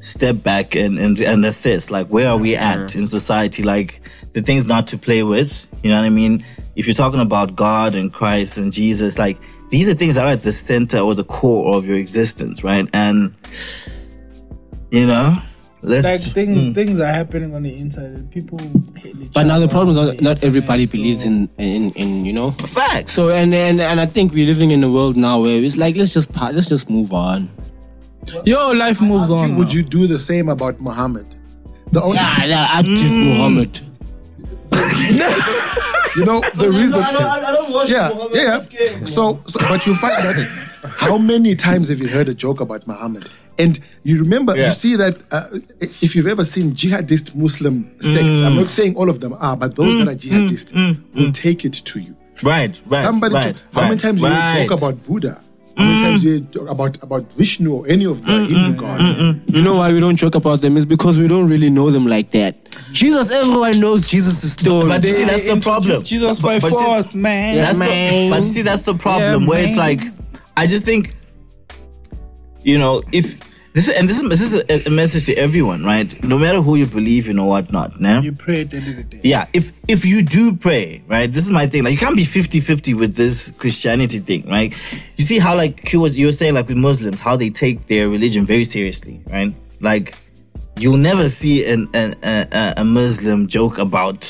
Speaker 2: step back and, and and assess like where are we at in society, like the things not to play with. You know what I mean? If you're talking about God and Christ and Jesus, like these are things that are at the center or the core of your existence, right? And you know, let's
Speaker 3: Like things, things are happening on the inside. And people. kill each
Speaker 5: But now the
Speaker 3: other
Speaker 5: problem is
Speaker 3: on
Speaker 5: not,
Speaker 3: the
Speaker 5: not
Speaker 3: internet,
Speaker 5: everybody
Speaker 3: so-
Speaker 5: believes in, in, in you know.
Speaker 2: facts.
Speaker 5: So and, and and I think we're living in a world now where it's like let's just pa- let's just move on.
Speaker 3: Yo, life moves
Speaker 6: Ask you,
Speaker 3: on.
Speaker 6: would
Speaker 3: now.
Speaker 6: you do the same about Muhammad? The only,
Speaker 5: Yeah, yeah, I just
Speaker 2: Mm.
Speaker 5: Muhammad.
Speaker 6: you know, the reason.
Speaker 7: I don't, I don't watch
Speaker 6: yeah,
Speaker 7: Muhammad.
Speaker 6: yeah,
Speaker 7: I'm scared,
Speaker 6: yeah.
Speaker 7: bro.
Speaker 6: So, so, but you find that how many times have you heard a joke about Muhammad? And you remember,
Speaker 2: Yeah.
Speaker 6: you see that uh, if you've ever seen jihadist Muslim sects, I'm not saying all of them are, but those that are jihadist will take it to you.
Speaker 2: Right, right.
Speaker 6: Somebody,
Speaker 2: right,
Speaker 6: took- how many
Speaker 2: right,
Speaker 6: times you
Speaker 2: right. Mm.
Speaker 6: hear talk about Buddha? How many times you hear talk about about Vishnu or any of the Hindu
Speaker 2: mm,
Speaker 6: gods?
Speaker 5: You know why we don't joke about them is because we don't really know them like that. Jesus, everyone knows Jesus is still.
Speaker 2: But you see, that's the
Speaker 3: Introduce
Speaker 2: problem.
Speaker 3: Jesus by
Speaker 2: But- but see-
Speaker 3: force, man.
Speaker 5: Yeah.
Speaker 2: That's the,
Speaker 5: man.
Speaker 2: but see, that's the problem
Speaker 3: Yeah,
Speaker 2: where it's
Speaker 3: man.
Speaker 2: like, I just think, you know, if this and this is this is a, a message to everyone, right? No matter who you believe in or whatnot, nah?
Speaker 3: You pray at the end of the day.
Speaker 2: yeah. If if you do pray, right? This is my thing. Like, you can't be 50-50 with this Christianity thing, right? You see how like Q was you were saying like with Muslims, how they take their religion very seriously, right? Like, you'll never see an, an a, a- a Muslim joke about,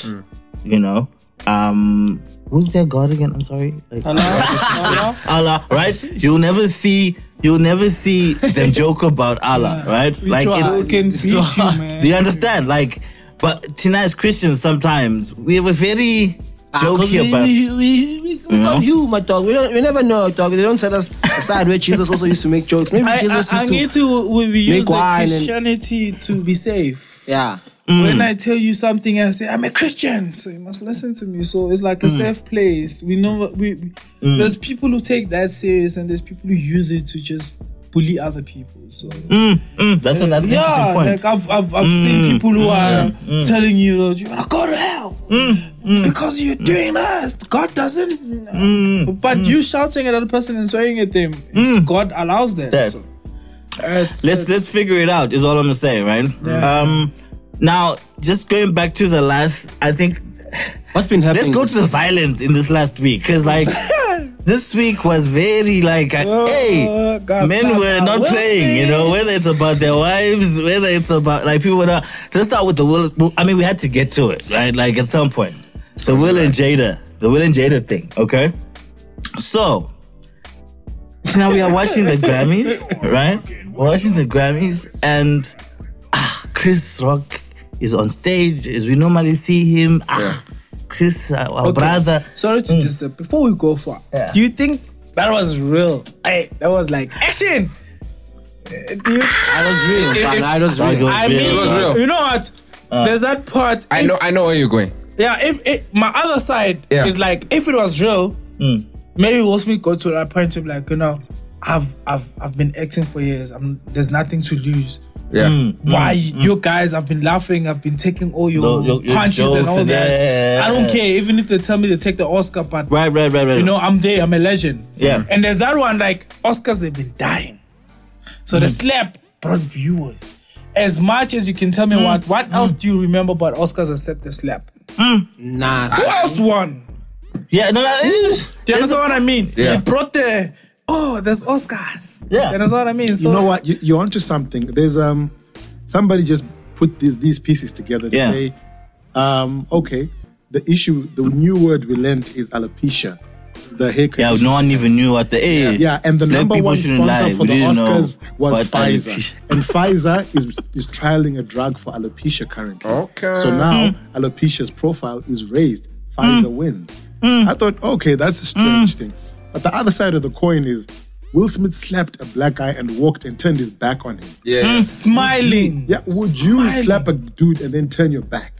Speaker 2: you know, um, who's their god again? I'm sorry. Like,
Speaker 3: Hello?
Speaker 2: Allah, right? You'll never see you'll never see them joke about Allah, right? Like
Speaker 3: Hello? Who
Speaker 2: it's
Speaker 3: can beat you, man?
Speaker 2: do you understand? Like, but tonight as Christians sometimes we have a very jokey
Speaker 5: Ah, we,
Speaker 2: about
Speaker 5: we, we, we, we
Speaker 2: know?
Speaker 5: not you, my dog. We, don't, we never know, dog. They don't set us aside where Jesus also used to make jokes. Maybe
Speaker 3: I,
Speaker 5: Jesus
Speaker 3: I, I
Speaker 5: used
Speaker 3: need
Speaker 5: to.
Speaker 3: to we, we use
Speaker 5: Make
Speaker 3: the
Speaker 5: wine and-
Speaker 3: Christianity to be safe.
Speaker 5: Yeah.
Speaker 3: When
Speaker 2: Hmm.
Speaker 3: I tell you something, I say I'm a Christian, so you must listen to me. So it's
Speaker 2: Hmm.
Speaker 3: like a safe place. We know what we. we- There's people who take that serious, and there's people who use it to just bully other people. So
Speaker 2: Mm, that's a, that's an
Speaker 3: yeah,
Speaker 2: interesting point. Hmm.
Speaker 3: like I've I've, I've seen people who are telling you that you're gonna go to hell
Speaker 2: Hmm.
Speaker 3: because you're doing this. God doesn't,
Speaker 2: Hmm.
Speaker 3: but you shouting at other person and swearing at them, God allows that.
Speaker 2: Yeah.
Speaker 3: So. It's-
Speaker 2: Hmm. let's
Speaker 3: it's-
Speaker 2: let's figure it out is all i'm gonna say right um now just going back to the last i think
Speaker 5: What's been happening?
Speaker 2: let's go to the violence in this last week because like this week was very like uh,
Speaker 3: Oh,
Speaker 2: hey
Speaker 3: God,
Speaker 2: men
Speaker 3: stop
Speaker 2: were
Speaker 3: that.
Speaker 2: not
Speaker 3: Will
Speaker 2: playing you know
Speaker 3: Smith.
Speaker 2: whether it's about their wives whether it's about like people were not let's start with the will Will- i mean we had to get to it right like at some point so will and jada the will and jada thing okay so now we are watching the grammys right we're watching the grammys and ah, chris rock is on stage as we normally see him ah, chris uh, our
Speaker 3: Okay.
Speaker 2: brother
Speaker 3: Sorry to disturb. Before we go far,
Speaker 2: Hmm. Yeah.
Speaker 3: do you think that was real? Hey, that was like action. Uh, Do you,
Speaker 5: I was real. man. I was
Speaker 2: Sorry,
Speaker 5: real.
Speaker 2: go-
Speaker 3: I
Speaker 2: real, Uh.
Speaker 3: mean,
Speaker 4: it was real.
Speaker 3: you know what? There's that part.
Speaker 4: I
Speaker 3: if-
Speaker 4: know I know where you're going.
Speaker 3: Yeah, if it, my other side
Speaker 4: Yeah.
Speaker 3: is like, if it was real,
Speaker 2: Hmm.
Speaker 3: maybe Will Smith got to that point to be like, you know, I've I've I've been acting for years. I'm, there's nothing to lose.
Speaker 4: Yeah.
Speaker 3: Why you guys? I've been laughing. I've been taking all your,
Speaker 2: No, Hmm. your- your
Speaker 3: punches and
Speaker 2: jokes
Speaker 3: all
Speaker 2: and-
Speaker 3: that.
Speaker 2: yeah, yeah, yeah,
Speaker 3: I don't
Speaker 2: yeah.
Speaker 3: care. Even if they tell me to take the Oscar, but
Speaker 2: right right right right
Speaker 3: you know, I'm there, I'm a legend.
Speaker 2: Yeah.
Speaker 3: And there's that one like Oscars, they've been dying. So the slap brought viewers. As much as you can tell me what, what else do you remember about Oscars except the slap?
Speaker 5: Nah.
Speaker 3: Who else won?
Speaker 2: yeah no, no it is
Speaker 3: Do you understand what I mean?
Speaker 4: Yeah.
Speaker 3: It brought the oh, there's Oscars.
Speaker 2: Yeah.
Speaker 3: And that's what I mean. So
Speaker 6: you know what? You, you're onto something. There's um, somebody just put these these pieces together to
Speaker 2: Yeah.
Speaker 6: say, um, okay, the issue, the new word we learned is alopecia, the hair
Speaker 2: Yeah,
Speaker 6: condition.
Speaker 2: no one even knew what the age.
Speaker 6: Yeah, and the
Speaker 2: Black
Speaker 6: number
Speaker 2: people
Speaker 6: one
Speaker 2: shouldn't
Speaker 6: sponsor
Speaker 2: lie.
Speaker 6: for
Speaker 2: We
Speaker 6: the
Speaker 2: didn't know
Speaker 6: Oscars was
Speaker 2: what
Speaker 6: Pfizer,
Speaker 2: alopecia-
Speaker 6: and Pfizer is is trialing a drug for alopecia currently.
Speaker 4: Okay.
Speaker 6: So now
Speaker 2: Hmm.
Speaker 6: alopecia's profile is raised. Pfizer wins.
Speaker 2: Hmm.
Speaker 6: I thought, okay, that's a strange thing. But the other side of the coin is Will Smith slapped a black guy and walked and turned his back on him.
Speaker 4: Yeah.
Speaker 3: Mm. smiling.
Speaker 6: Yeah, would you
Speaker 3: Smiling.
Speaker 6: slap a dude and then turn your back?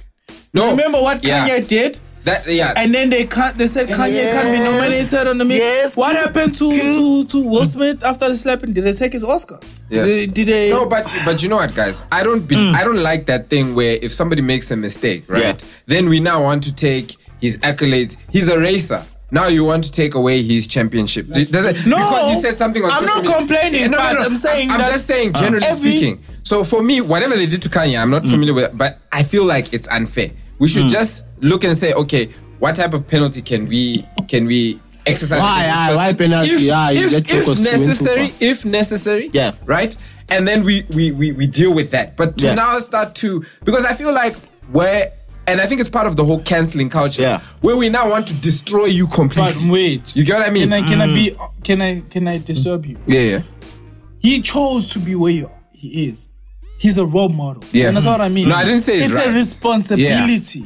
Speaker 4: No.
Speaker 3: Remember what
Speaker 4: yeah.
Speaker 3: Kanye did?
Speaker 4: That yeah.
Speaker 3: And then they can't. They said Kanye can't be nominated on the. Main.
Speaker 2: Yes,
Speaker 3: What happened to, to to Will Smith after the slapping? Did they take his Oscar?
Speaker 4: Yeah.
Speaker 3: Did, did they?
Speaker 4: No, but but you know what, guys? I don't be,
Speaker 3: Mm.
Speaker 4: I don't like that thing where if somebody makes a mistake, right?
Speaker 2: Yeah.
Speaker 4: Then we now want to take his accolades. He's a racer. Now you want to take away his championship? Do- Does it,
Speaker 3: No,
Speaker 4: because he said something. On
Speaker 3: I'm
Speaker 4: social
Speaker 3: not
Speaker 4: media-
Speaker 3: complaining, but I'm saying
Speaker 4: I'm
Speaker 3: that Ah.
Speaker 4: just saying, generally
Speaker 3: every- Mm.
Speaker 4: speaking. So for me, whatever they did to Kanye, I'm not familiar with, but I feel like it's unfair. We should just look and say, okay, what type of penalty can we can we exercise?
Speaker 5: Why,
Speaker 4: against this
Speaker 5: aye,
Speaker 4: person?
Speaker 5: why penalty?
Speaker 4: If-
Speaker 5: Aye,
Speaker 4: if-
Speaker 5: let your
Speaker 4: if
Speaker 5: cost win too
Speaker 4: necessary,
Speaker 5: far.
Speaker 4: if necessary.
Speaker 2: Yeah.
Speaker 4: Right? And then we we we, we deal with that. But to
Speaker 2: Yeah.
Speaker 4: now start to because I feel like where and I think it's part of the whole canceling culture.
Speaker 2: Yeah.
Speaker 4: Where we now want to destroy you
Speaker 3: But
Speaker 4: completely.
Speaker 3: wait.
Speaker 4: You get what I mean? mm.
Speaker 3: Can I can I be can I can I disturb you?
Speaker 4: yeah, yeah.
Speaker 3: He chose to be where he is. He's a role model.
Speaker 4: Yeah.
Speaker 3: And that's what I mean.
Speaker 4: No, I didn't say it's
Speaker 3: it's
Speaker 4: right. Mm.
Speaker 3: a responsibility.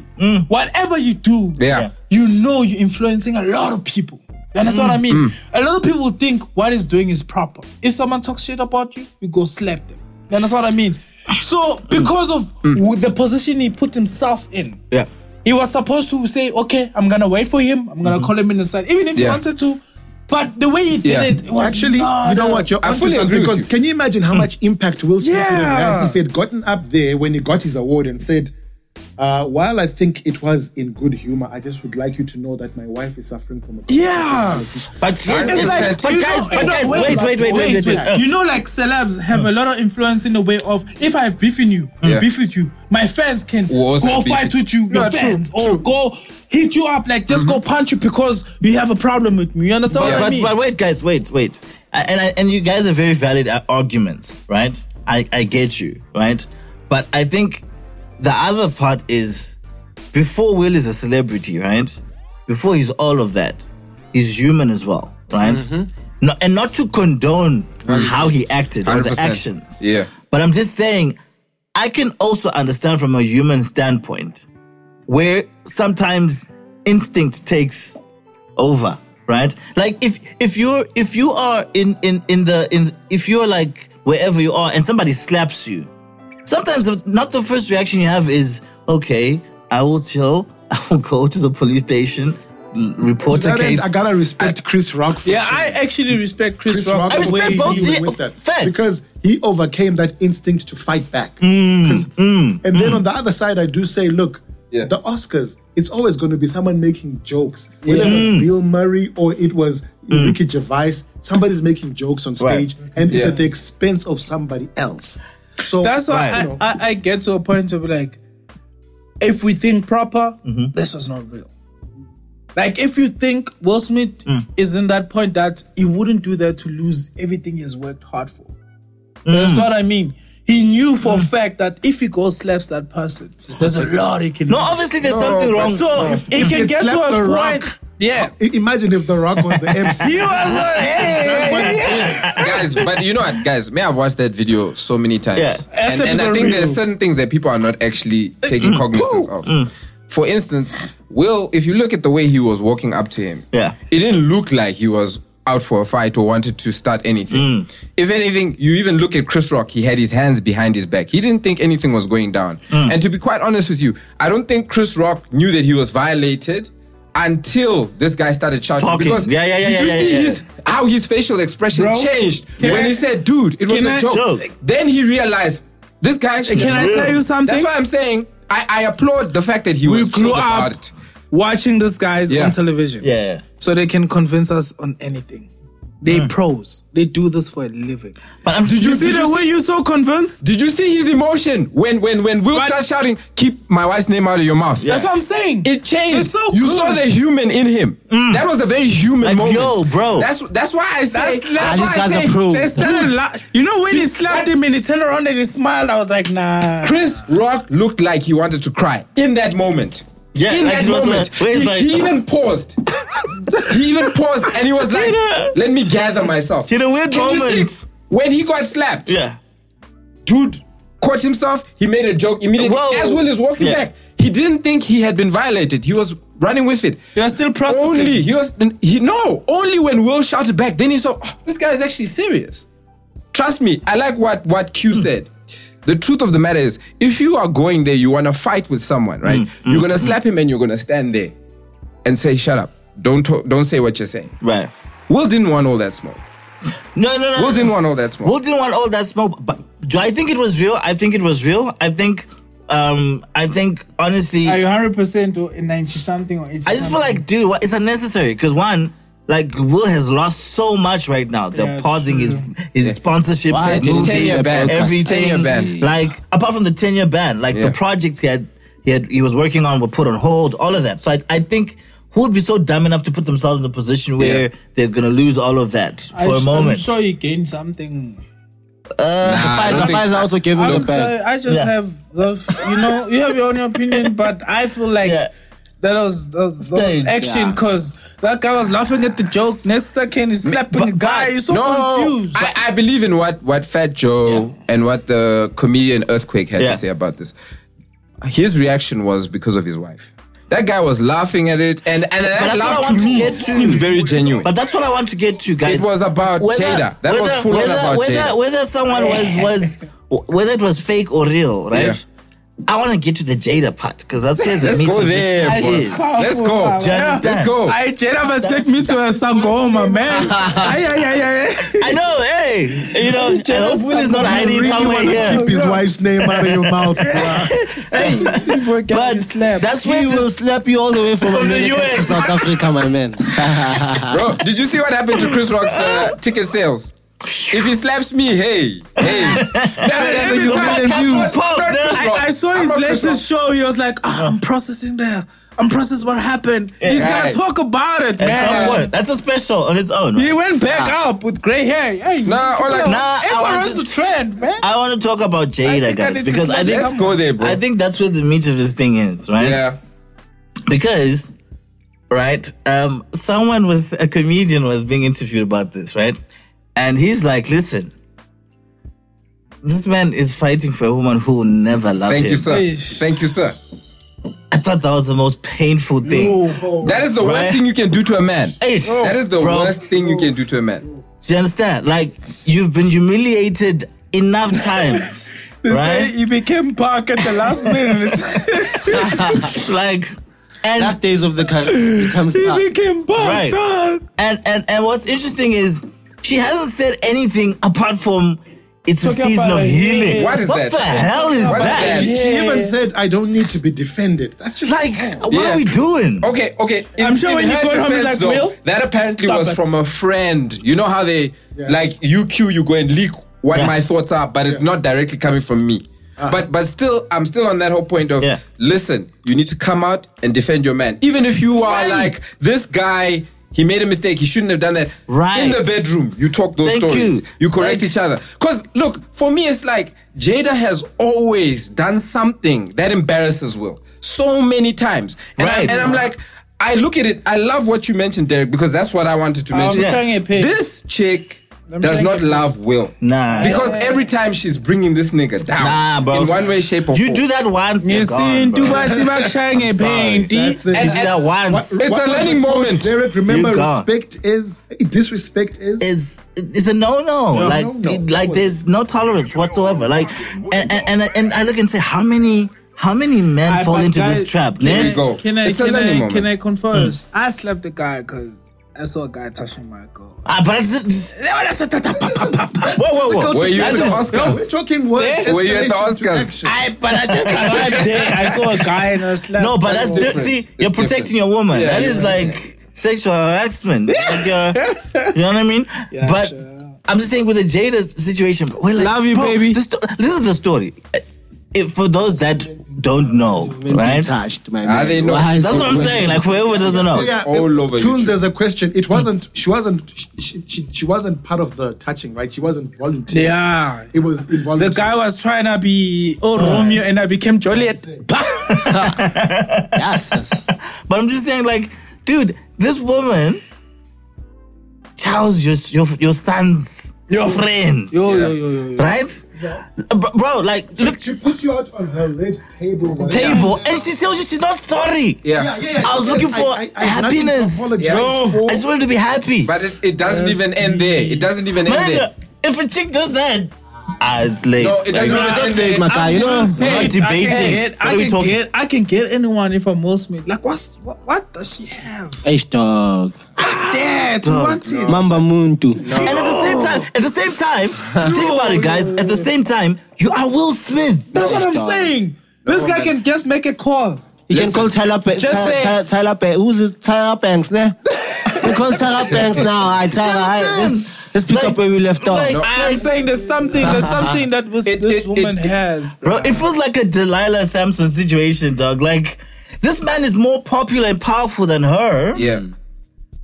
Speaker 3: Whatever you do,
Speaker 4: Yeah.
Speaker 3: you know you're influencing a lot of people. And that's what
Speaker 4: Mm.
Speaker 3: I mean. A lot of people think what he's doing is proper. If someone talks shit about you, you go slap them. And that's what I mean. So because of
Speaker 4: Mm.
Speaker 3: w- the position he put himself in,
Speaker 2: Yeah.
Speaker 3: he was supposed to say, okay, I'm gonna wait for him. I'm gonna call him in the side, even if he
Speaker 4: Mhm. Yeah.
Speaker 3: wanted to. But the way he did
Speaker 4: Yeah.
Speaker 3: it, it was
Speaker 6: Actually,
Speaker 3: not
Speaker 6: you know
Speaker 3: a-
Speaker 6: what? You're
Speaker 4: I
Speaker 6: onto
Speaker 4: fully agree
Speaker 6: something.
Speaker 4: with
Speaker 6: Because
Speaker 4: you. Hmm.
Speaker 6: can you imagine how much impact Will Smith would have
Speaker 3: Yeah.
Speaker 6: had if he had gotten up there when he got his award and said, uh, "While I think it was in good humor, I just would like you to know that my wife is suffering from a
Speaker 3: Yeah.
Speaker 2: But yes,
Speaker 4: it's
Speaker 2: yes,
Speaker 4: like-
Speaker 2: but
Speaker 3: you
Speaker 2: guys,
Speaker 3: know-
Speaker 2: but
Speaker 3: no,
Speaker 2: guys, wait, wait, wait, wait, wait. wait.
Speaker 3: You know, like celebs have a lot of influence in the way of if I have beef in you,
Speaker 4: Yeah.
Speaker 3: beef with you, my fans can
Speaker 4: Who also
Speaker 3: go
Speaker 4: have beef
Speaker 3: fight
Speaker 4: with-
Speaker 3: with you,
Speaker 4: No,
Speaker 3: your
Speaker 4: true,
Speaker 3: fans, or go hit you up, like just go punch you because you have a problem with me. You understand
Speaker 2: But,
Speaker 3: what I
Speaker 2: but,
Speaker 3: mean?
Speaker 2: but wait, guys, wait, wait. I- And I, and you guys are very valid uh, arguments, right? I, I get you, right? But I think the other part is before Will is a celebrity, right? Before he's all of that, he's human as well, right? No, and not to condone how he acted or the
Speaker 4: 100%.
Speaker 2: actions.
Speaker 4: Yeah.
Speaker 2: But I'm just saying, I can also understand from a human standpoint where sometimes instinct takes over right like if if you're if you are in in in the in if you're like wherever you are and somebody slaps you sometimes the- not the first reaction you have is okay i will chill i will go to the police station l- report a
Speaker 6: That end,
Speaker 2: case
Speaker 6: I gotta respect Chris Rock. For
Speaker 3: yeah,
Speaker 6: sure.
Speaker 3: I actually respect Chris,
Speaker 6: Chris
Speaker 3: Rock.
Speaker 6: Rock
Speaker 2: I
Speaker 3: the
Speaker 6: was
Speaker 3: way
Speaker 2: respect
Speaker 3: he
Speaker 2: both
Speaker 3: went
Speaker 2: yeah,
Speaker 6: with that
Speaker 2: facts.
Speaker 6: because he overcame that instinct to fight back. 'Cause- and then on the other side, I do say, look,
Speaker 4: Yeah.
Speaker 6: the Oscars, it's always going to be someone making jokes. Whether it was Bill Murray or it was Ricky Gervais, somebody's making jokes on
Speaker 2: Right.
Speaker 6: stage, and it's
Speaker 4: Yeah.
Speaker 6: at the expense of somebody else. So
Speaker 3: That's why
Speaker 2: Right.
Speaker 3: I, I, I get to a point of like, if we think proper, this was not real. Like, if you think Will Smith is in that point that he wouldn't do that to lose everything he has worked hard for. That's what I mean. He knew for a fact that if he goes slaps that person, there's a lot he can
Speaker 2: no
Speaker 3: do.
Speaker 2: obviously there's something
Speaker 4: but
Speaker 2: wrong
Speaker 3: So it
Speaker 6: If
Speaker 3: can
Speaker 6: he
Speaker 3: get to
Speaker 6: slapped The
Speaker 3: a
Speaker 6: Rock-
Speaker 3: point. Yeah.
Speaker 6: uh, I- imagine if The Rock was the MC.
Speaker 3: He was like, hey, hey, hey.
Speaker 4: guys, but you know what, guys? May I've watched that video so many times,
Speaker 2: Yeah.
Speaker 4: and,
Speaker 3: SF
Speaker 4: and
Speaker 3: is
Speaker 4: I
Speaker 3: a
Speaker 4: think
Speaker 3: real-
Speaker 4: there's certain things that people are not actually
Speaker 2: Mm.
Speaker 4: taking cognizance of. For instance, Will, if you look at the way he was walking up to him,
Speaker 2: Yeah.
Speaker 4: it didn't look like he was out for a fight or wanted to start
Speaker 2: Mm.
Speaker 4: anything. If anything, you even look at Chris Rock, he had his hands behind his back. He didn't think anything was going down.
Speaker 2: Mm.
Speaker 4: And to be quite honest with you, I don't think Chris Rock knew that he was violated until this guy started shouting.
Speaker 2: Talking.
Speaker 4: Because
Speaker 2: Yeah, yeah, yeah,
Speaker 4: did you
Speaker 2: yeah, yeah,
Speaker 4: see
Speaker 2: yeah.
Speaker 4: his how his facial expression
Speaker 3: Bro,
Speaker 4: changed
Speaker 3: can
Speaker 4: when
Speaker 3: I-
Speaker 4: he said, dude, it was
Speaker 3: can
Speaker 4: a
Speaker 3: I-
Speaker 4: joke.
Speaker 2: Joke.
Speaker 4: Then he realized this guy actually.
Speaker 3: Can I tell you something?
Speaker 4: That's why I'm saying I, I applaud the fact that he
Speaker 3: We
Speaker 4: was
Speaker 3: grew
Speaker 4: chilled
Speaker 3: up
Speaker 4: about it.
Speaker 3: watching these guys
Speaker 4: Yeah.
Speaker 3: on television.
Speaker 2: yeah
Speaker 3: So they can convince us on anything. They pros. They do this for a living.
Speaker 2: But I'm
Speaker 3: Did Hmm. you see the way you so convinced?
Speaker 4: Did you see his emotion when when when Will
Speaker 3: But-
Speaker 4: starts shouting, "Keep my wife's name out of your mouth"?
Speaker 3: That's what I'm saying.
Speaker 4: It changed.
Speaker 3: It's so
Speaker 4: you
Speaker 3: good. Mm.
Speaker 4: saw the human in him. That was a very human
Speaker 2: Like,
Speaker 4: moment.
Speaker 2: yo, bro.
Speaker 4: That's that's why I say.
Speaker 3: That's-
Speaker 4: That's,
Speaker 3: that's
Speaker 4: why
Speaker 5: these guys
Speaker 4: I say
Speaker 5: are pro.
Speaker 3: They started la- you know when he slapped him and he turned around and he smiled, I was like, nah.
Speaker 4: Chris Rock looked like he wanted to cry in that moment.
Speaker 2: Yeah,
Speaker 4: in
Speaker 2: like
Speaker 4: that
Speaker 2: he was
Speaker 4: moment,
Speaker 2: like- where he's
Speaker 4: he,
Speaker 2: like-
Speaker 4: he even paused. he even paused, and he was like,
Speaker 2: a-
Speaker 4: "Let me gather myself."
Speaker 2: In a weird
Speaker 4: Can you see
Speaker 2: moment.
Speaker 4: when he got slapped,
Speaker 2: Yeah.
Speaker 4: dude caught himself. He made a joke immediately.
Speaker 2: Whoa.
Speaker 4: As Will is walking
Speaker 2: Yeah.
Speaker 4: back, he didn't think he had been violated. He was running with it.
Speaker 3: They are still processing.
Speaker 4: Only he was he no. Only when Will shouted back, then he saw "Oh, this guy is actually serious. Trust me. I like what what Q said. The truth of the matter is, if you are going there, you want to fight with someone, right? You're gonna slap him and you're gonna stand there and say, "Shut up! Don't talk, don't say what you're saying."
Speaker 2: Right.
Speaker 4: Will didn't want all that smoke.
Speaker 2: No, no, no.
Speaker 4: Will
Speaker 2: no.
Speaker 4: didn't want all that smoke.
Speaker 2: Will didn't want all that smoke. But do I think it was real? I think it was real. I think, um, I think honestly,
Speaker 3: Are you 100% or 90 something or 80
Speaker 2: I just feel like, dude, what, it's unnecessary because one, like, Will has lost so much right now. They're
Speaker 3: Yeah,
Speaker 2: pausing his
Speaker 3: true.
Speaker 2: his sponsorships,
Speaker 5: Why
Speaker 2: and
Speaker 5: did
Speaker 2: movies,
Speaker 4: 10-year ban, Cass?
Speaker 2: everything.
Speaker 4: 10-year ban.
Speaker 2: Like, apart from the ten year ban, like
Speaker 4: Yeah.
Speaker 2: the projects he had, he had, he was working on were put on hold. All of that. So I, I think. Who would be so dumb enough to put themselves in a position where
Speaker 4: Yeah.
Speaker 2: they're gonna lose all of that for
Speaker 3: I
Speaker 2: a moment?
Speaker 3: am sure you gained something.
Speaker 4: I don't
Speaker 5: Pfizer,
Speaker 4: think-
Speaker 5: Pfizer also gave him the
Speaker 3: I'm
Speaker 5: bag.
Speaker 3: sorry, I just
Speaker 2: Yeah.
Speaker 3: have the, f- you know, you have your own opinion, but I feel like
Speaker 2: Yeah.
Speaker 3: that was, that was, that was
Speaker 2: Staged.
Speaker 3: action because that guy was laughing at the joke. Next second, he's slapping a guy. You're so confused.
Speaker 4: I, I believe in what what Fat Joe and what the comedian Earthquake had
Speaker 2: Yeah.
Speaker 4: to say about this. His reaction was because of his wife. That guy was laughing at it, and and that
Speaker 2: that's what I
Speaker 4: laugh
Speaker 2: want
Speaker 4: to
Speaker 2: to
Speaker 4: me
Speaker 2: get to.
Speaker 4: seemed very genuine.
Speaker 2: But that's what I want to get to, guys.
Speaker 4: It was about Jada. That was full on
Speaker 2: whether,
Speaker 4: about
Speaker 2: whether,
Speaker 4: Jada.
Speaker 2: Whether someone was was whether it was fake or real, right? I want to get to the Jada part because that's where the
Speaker 4: Let's
Speaker 2: meat
Speaker 4: go
Speaker 2: of this
Speaker 4: there,
Speaker 2: thing
Speaker 4: boss.
Speaker 2: is.
Speaker 4: Let's go.
Speaker 2: Do you understand?
Speaker 4: Let's go.
Speaker 3: I Jennifer sent me to a Sangoma, man. ay, ay, ay, ay.
Speaker 2: I know, hey, you know, Jada Will is not hiding
Speaker 6: Really
Speaker 2: somewhere
Speaker 6: wanna
Speaker 2: here.
Speaker 6: Keep his wife's name out of your mouth, bruh.
Speaker 2: But that's where
Speaker 5: He will
Speaker 2: this,
Speaker 5: slap you all the way from,
Speaker 2: From the
Speaker 5: America to
Speaker 2: US.
Speaker 5: South Africa, my man.
Speaker 4: Bro, did you see what happened to Chris Rock's uh, ticket sales? If he slaps me, hey, hey.
Speaker 3: every
Speaker 6: million views.
Speaker 3: I, I saw his latest show. He was like, "Ah, I'm processing there. I'm processing what happened. He's
Speaker 4: Right.
Speaker 3: gonna talk about it,
Speaker 2: at some
Speaker 3: man.
Speaker 2: point, that's a special on its own.
Speaker 3: He went back up with grey hair. Hey,
Speaker 4: Nah, all like,
Speaker 2: Nah, I
Speaker 3: everyone
Speaker 2: want
Speaker 3: wants
Speaker 2: to,
Speaker 3: to trend, man.
Speaker 2: I want to talk about
Speaker 3: I
Speaker 2: Jada,
Speaker 3: think I
Speaker 2: guys,
Speaker 3: need to
Speaker 2: because I
Speaker 3: slap
Speaker 2: think
Speaker 4: let's go there, bro.
Speaker 2: I think that's where the meat of this thing is, right?
Speaker 4: yeah.
Speaker 2: because right um someone was a comedian was being interviewed about this right and he's like listen this man is fighting for a woman who will never love
Speaker 4: Thank
Speaker 2: him
Speaker 4: you, sir.
Speaker 3: Ish.
Speaker 4: Thank you, sir.
Speaker 2: i thought that was the most painful thing
Speaker 4: That is the worst
Speaker 2: Right.
Speaker 4: thing you can do to a man.
Speaker 2: Ish,
Speaker 4: That is the
Speaker 2: bro.
Speaker 4: worst thing you can do to a man.
Speaker 2: do you understand like you've been humiliated enough times
Speaker 3: They say
Speaker 2: right
Speaker 3: he became Park at the last minute.
Speaker 2: like and
Speaker 5: Last days of the country becomes up.
Speaker 3: he became Park.
Speaker 2: Right.
Speaker 3: dog.
Speaker 2: And and and what's interesting is she hasn't said anything apart from it's a
Speaker 3: Talking
Speaker 2: season
Speaker 3: about
Speaker 2: of
Speaker 3: it.
Speaker 2: healing.
Speaker 4: What is that?
Speaker 2: the hell is
Speaker 4: What is
Speaker 2: that?
Speaker 4: that?
Speaker 6: She even said, I don't need to be defended. That's just
Speaker 2: Like, what
Speaker 4: Yeah. Oh,
Speaker 2: are we doing?
Speaker 4: Okay, okay. In-
Speaker 3: I'm sure
Speaker 4: in
Speaker 3: when you
Speaker 4: her
Speaker 3: go home,
Speaker 4: defense,
Speaker 3: you're like,
Speaker 4: though,
Speaker 3: Will,
Speaker 4: That apparently
Speaker 3: stop
Speaker 4: was
Speaker 3: it.
Speaker 4: from a friend. You know how they, like, you queue, you go and leak what
Speaker 2: Yeah.
Speaker 4: my thoughts are, but it's not directly coming from me. But but still, I'm still on that whole point of
Speaker 2: Yeah.
Speaker 4: listen. You need to come out and defend your man, even if you are
Speaker 2: Right.
Speaker 4: like this guy. He made a mistake. He shouldn't have done that.
Speaker 2: Right.
Speaker 4: in the bedroom, you talk those
Speaker 2: Thank
Speaker 4: stories.
Speaker 2: you.
Speaker 4: You correct
Speaker 2: Like-
Speaker 4: each other. Cause look, for me, it's like Jada has always done something that embarrasses Will so many times, and,
Speaker 2: Right.
Speaker 4: I, and I'm like, I look at it. I love what you mentioned, Derek, because that's what I wanted to mention.
Speaker 3: showing a pic.
Speaker 4: This chick
Speaker 3: I'm
Speaker 4: does
Speaker 3: showing a
Speaker 4: not
Speaker 3: pic.
Speaker 4: love Will.
Speaker 2: Nah.
Speaker 4: Because every time she's bringing this nigga down.
Speaker 2: Nah, bro.
Speaker 4: In one way, shape, or
Speaker 2: You
Speaker 4: form.
Speaker 2: do that once, you're
Speaker 3: You
Speaker 2: gone,
Speaker 3: seen
Speaker 2: bro.
Speaker 3: Dubai Tibak Shang a painty.
Speaker 6: that's it.
Speaker 2: You do that once.
Speaker 4: It's a
Speaker 6: was
Speaker 4: learning
Speaker 6: the quote,
Speaker 4: moment.
Speaker 6: Derek, remember,
Speaker 2: You can't.
Speaker 6: respect is disrespect is.
Speaker 2: It's it's a no no. Like
Speaker 6: no-no.
Speaker 2: it- like there's no tolerance whatsoever. Like and and, and I- and I look and say how many how many men
Speaker 3: I-
Speaker 2: fall
Speaker 3: but
Speaker 2: into
Speaker 3: guys,
Speaker 2: this trap?
Speaker 3: can
Speaker 2: man?
Speaker 4: we go.
Speaker 3: Can I,
Speaker 4: It's a
Speaker 3: can,
Speaker 4: learning
Speaker 3: I,
Speaker 4: moment.
Speaker 3: can I confess? Hmm. I slapped the guy because I saw a guy touching my girl.
Speaker 2: Ah, but it's, whoa whoa whoa.
Speaker 4: Were you at the
Speaker 2: That's-
Speaker 4: Oscars?
Speaker 6: We're talking words.
Speaker 4: Were you at the
Speaker 6: escalation to
Speaker 4: Oscars?
Speaker 2: Ah,
Speaker 6: action.
Speaker 3: I, but I just arrived there. I saw a guy and I slapped.
Speaker 2: No, but
Speaker 3: him.
Speaker 2: that's di-
Speaker 4: different.
Speaker 2: see,
Speaker 4: It's
Speaker 2: you're
Speaker 4: different.
Speaker 2: protecting your woman.
Speaker 4: Yeah,
Speaker 2: that
Speaker 4: you're
Speaker 2: is
Speaker 4: right.
Speaker 2: like sexual harassment. Like, uh, you know what I mean? but I'm just saying with the Jada situation, bro, we're like,
Speaker 3: Love you,
Speaker 2: bro,
Speaker 3: baby.
Speaker 2: This, sto- this is the story. If, for those that don't know, right?
Speaker 5: touched, my
Speaker 4: Ah,
Speaker 5: man.
Speaker 4: they know.
Speaker 5: Why is
Speaker 2: That's
Speaker 5: it
Speaker 2: what I'm
Speaker 5: working?
Speaker 2: saying. Like whoever doesn't know.
Speaker 4: all over
Speaker 6: Tunes,
Speaker 4: YouTube.
Speaker 6: there's a question. It wasn't. She wasn't. She, she, she, she wasn't part of the touching, right? She wasn't voluntary.
Speaker 3: Yeah.
Speaker 6: It was involuntary.
Speaker 3: The guy was trying to be oh Romeo and I became Juliet. Bah!
Speaker 5: Yes, yes.
Speaker 2: But I'm just saying, like, dude, this woman tells your your, your son's your friend,
Speaker 3: Yo, yo, yo, yo, yo.
Speaker 2: right? Bro, bro, like, look,
Speaker 6: She puts you out on her red table. whatever.
Speaker 2: table, and she tells you she's not sorry.
Speaker 4: yeah.
Speaker 6: Yeah, yeah, yeah.
Speaker 2: I was
Speaker 6: Yes,
Speaker 2: looking for
Speaker 6: I, I, I have nothing to
Speaker 2: happiness.
Speaker 6: apologize
Speaker 4: Yeah.
Speaker 6: for.
Speaker 2: I just wanted to be happy.
Speaker 4: But it, it doesn't even end there. It doesn't even end there.
Speaker 2: Manager, if a chick does that, ah, it's late.
Speaker 4: No, it doesn't
Speaker 2: Like,
Speaker 4: even end there.
Speaker 5: my guy. You know,
Speaker 2: we're not
Speaker 3: Hey, I
Speaker 2: debating.
Speaker 3: can get,
Speaker 2: What
Speaker 3: I
Speaker 2: are we
Speaker 3: can
Speaker 2: talking-
Speaker 3: get, I can get anyone if I'm Will Smith. Like, what's what? What does she have?
Speaker 5: H dog,
Speaker 3: Dad, we want it.
Speaker 5: Mamba Muntu.
Speaker 2: And at the same time, at the same time, think about it, guys. At the same time, you are Will Smith.
Speaker 3: That's what I'm saying. This guy can just make a call.
Speaker 5: You can call Tyler Banks.
Speaker 3: Just
Speaker 5: Tyler,
Speaker 3: say-
Speaker 5: Tyler, Tyler Banks. Who's this Tyler Banks? Nah? you call Tyler Banks now. I Tyler. I, let's, let's pick up where we left off.
Speaker 2: Like,
Speaker 3: I am saying there's something, there's something that was,
Speaker 4: It-
Speaker 3: this
Speaker 4: it-
Speaker 3: woman
Speaker 4: it-
Speaker 3: has. bro.
Speaker 2: Bro, it feels like a Delilah Sampson situation, dog. Like, this man is more popular and powerful than her.
Speaker 4: Yeah.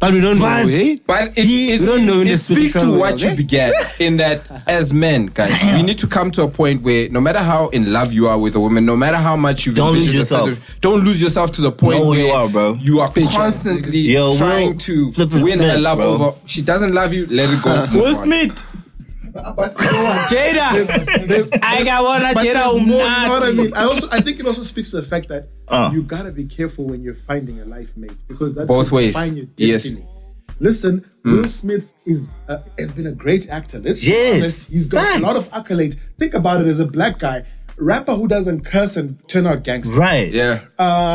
Speaker 5: but we don't know.
Speaker 2: But-
Speaker 5: Eh?
Speaker 4: But it, it,
Speaker 5: we don't know in
Speaker 4: it
Speaker 5: the
Speaker 4: speaks to
Speaker 5: spiritual
Speaker 4: what
Speaker 5: world,
Speaker 4: you
Speaker 5: eh?
Speaker 4: began in that as men, guys, we need to come to a point where no matter how in love you are with a woman, no matter how much you
Speaker 2: Don't lose
Speaker 4: don't lose yourself to the point
Speaker 2: Know who
Speaker 4: where
Speaker 2: you are, bro.
Speaker 4: You are constantly
Speaker 2: Yo,
Speaker 4: trying
Speaker 2: Will
Speaker 4: to
Speaker 2: flippin'
Speaker 4: win her
Speaker 2: Smith,
Speaker 4: love
Speaker 2: bro.
Speaker 4: over. She doesn't love you. Let it go.
Speaker 3: Will
Speaker 4: Move on.
Speaker 3: Smith,
Speaker 6: But you know what?
Speaker 3: Jada.
Speaker 6: There's-
Speaker 3: I got one. Jada
Speaker 6: but there's more, you know what I
Speaker 3: Umnati.
Speaker 6: mean? I also I think it also speaks to the fact that
Speaker 2: Uh.
Speaker 6: you gotta be careful when you're finding a life mate because that's
Speaker 4: Both
Speaker 6: going to
Speaker 4: ways.
Speaker 6: define your
Speaker 4: Yes.
Speaker 6: destiny. Listen, Will Smith is uh, has been a great actor. Let's
Speaker 2: Yes.
Speaker 6: be honest. He's got
Speaker 2: Facts.
Speaker 6: a lot of accolades. Think about it as a black guy, rapper who doesn't curse and turn out gangster.
Speaker 2: Right.
Speaker 4: Yeah.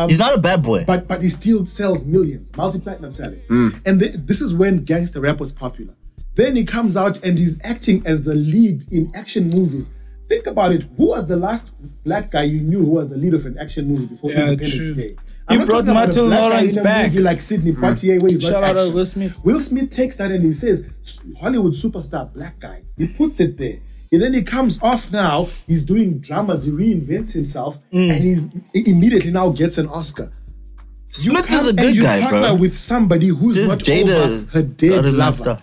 Speaker 2: He's not a bad boy.
Speaker 6: But but he still sells millions, multi-platinum selling. And th- this is when gangster rap was popular. Then he comes out and he's acting as the lead in action movies. Think about it. Who was the last black guy you knew who was the lead of an action movie before
Speaker 3: Yeah,
Speaker 6: Independence
Speaker 3: true.
Speaker 6: Day?
Speaker 3: He
Speaker 6: I'm not
Speaker 3: brought
Speaker 6: talking about a
Speaker 3: Martin
Speaker 6: black guy
Speaker 3: Lawrence
Speaker 6: in a
Speaker 3: back. Mm.
Speaker 6: movie like Sidney Poitier, where he's not
Speaker 3: Shout out to
Speaker 6: action.
Speaker 3: Will Smith.
Speaker 6: Will Smith takes that and he says, "S- Hollywood superstar, black guy. He puts it there. And then he comes off now, he's doing dramas, he reinvents himself,
Speaker 3: Mm.
Speaker 6: and he's, he immediately now gets an Oscar. You
Speaker 2: Smith
Speaker 6: come
Speaker 2: is a
Speaker 6: and
Speaker 2: good
Speaker 6: you
Speaker 2: guy,
Speaker 6: partner
Speaker 2: bro.
Speaker 6: with somebody who's
Speaker 2: This
Speaker 6: not over
Speaker 2: Jada
Speaker 6: her
Speaker 2: got
Speaker 6: dead
Speaker 2: it messed
Speaker 6: lover.
Speaker 2: up.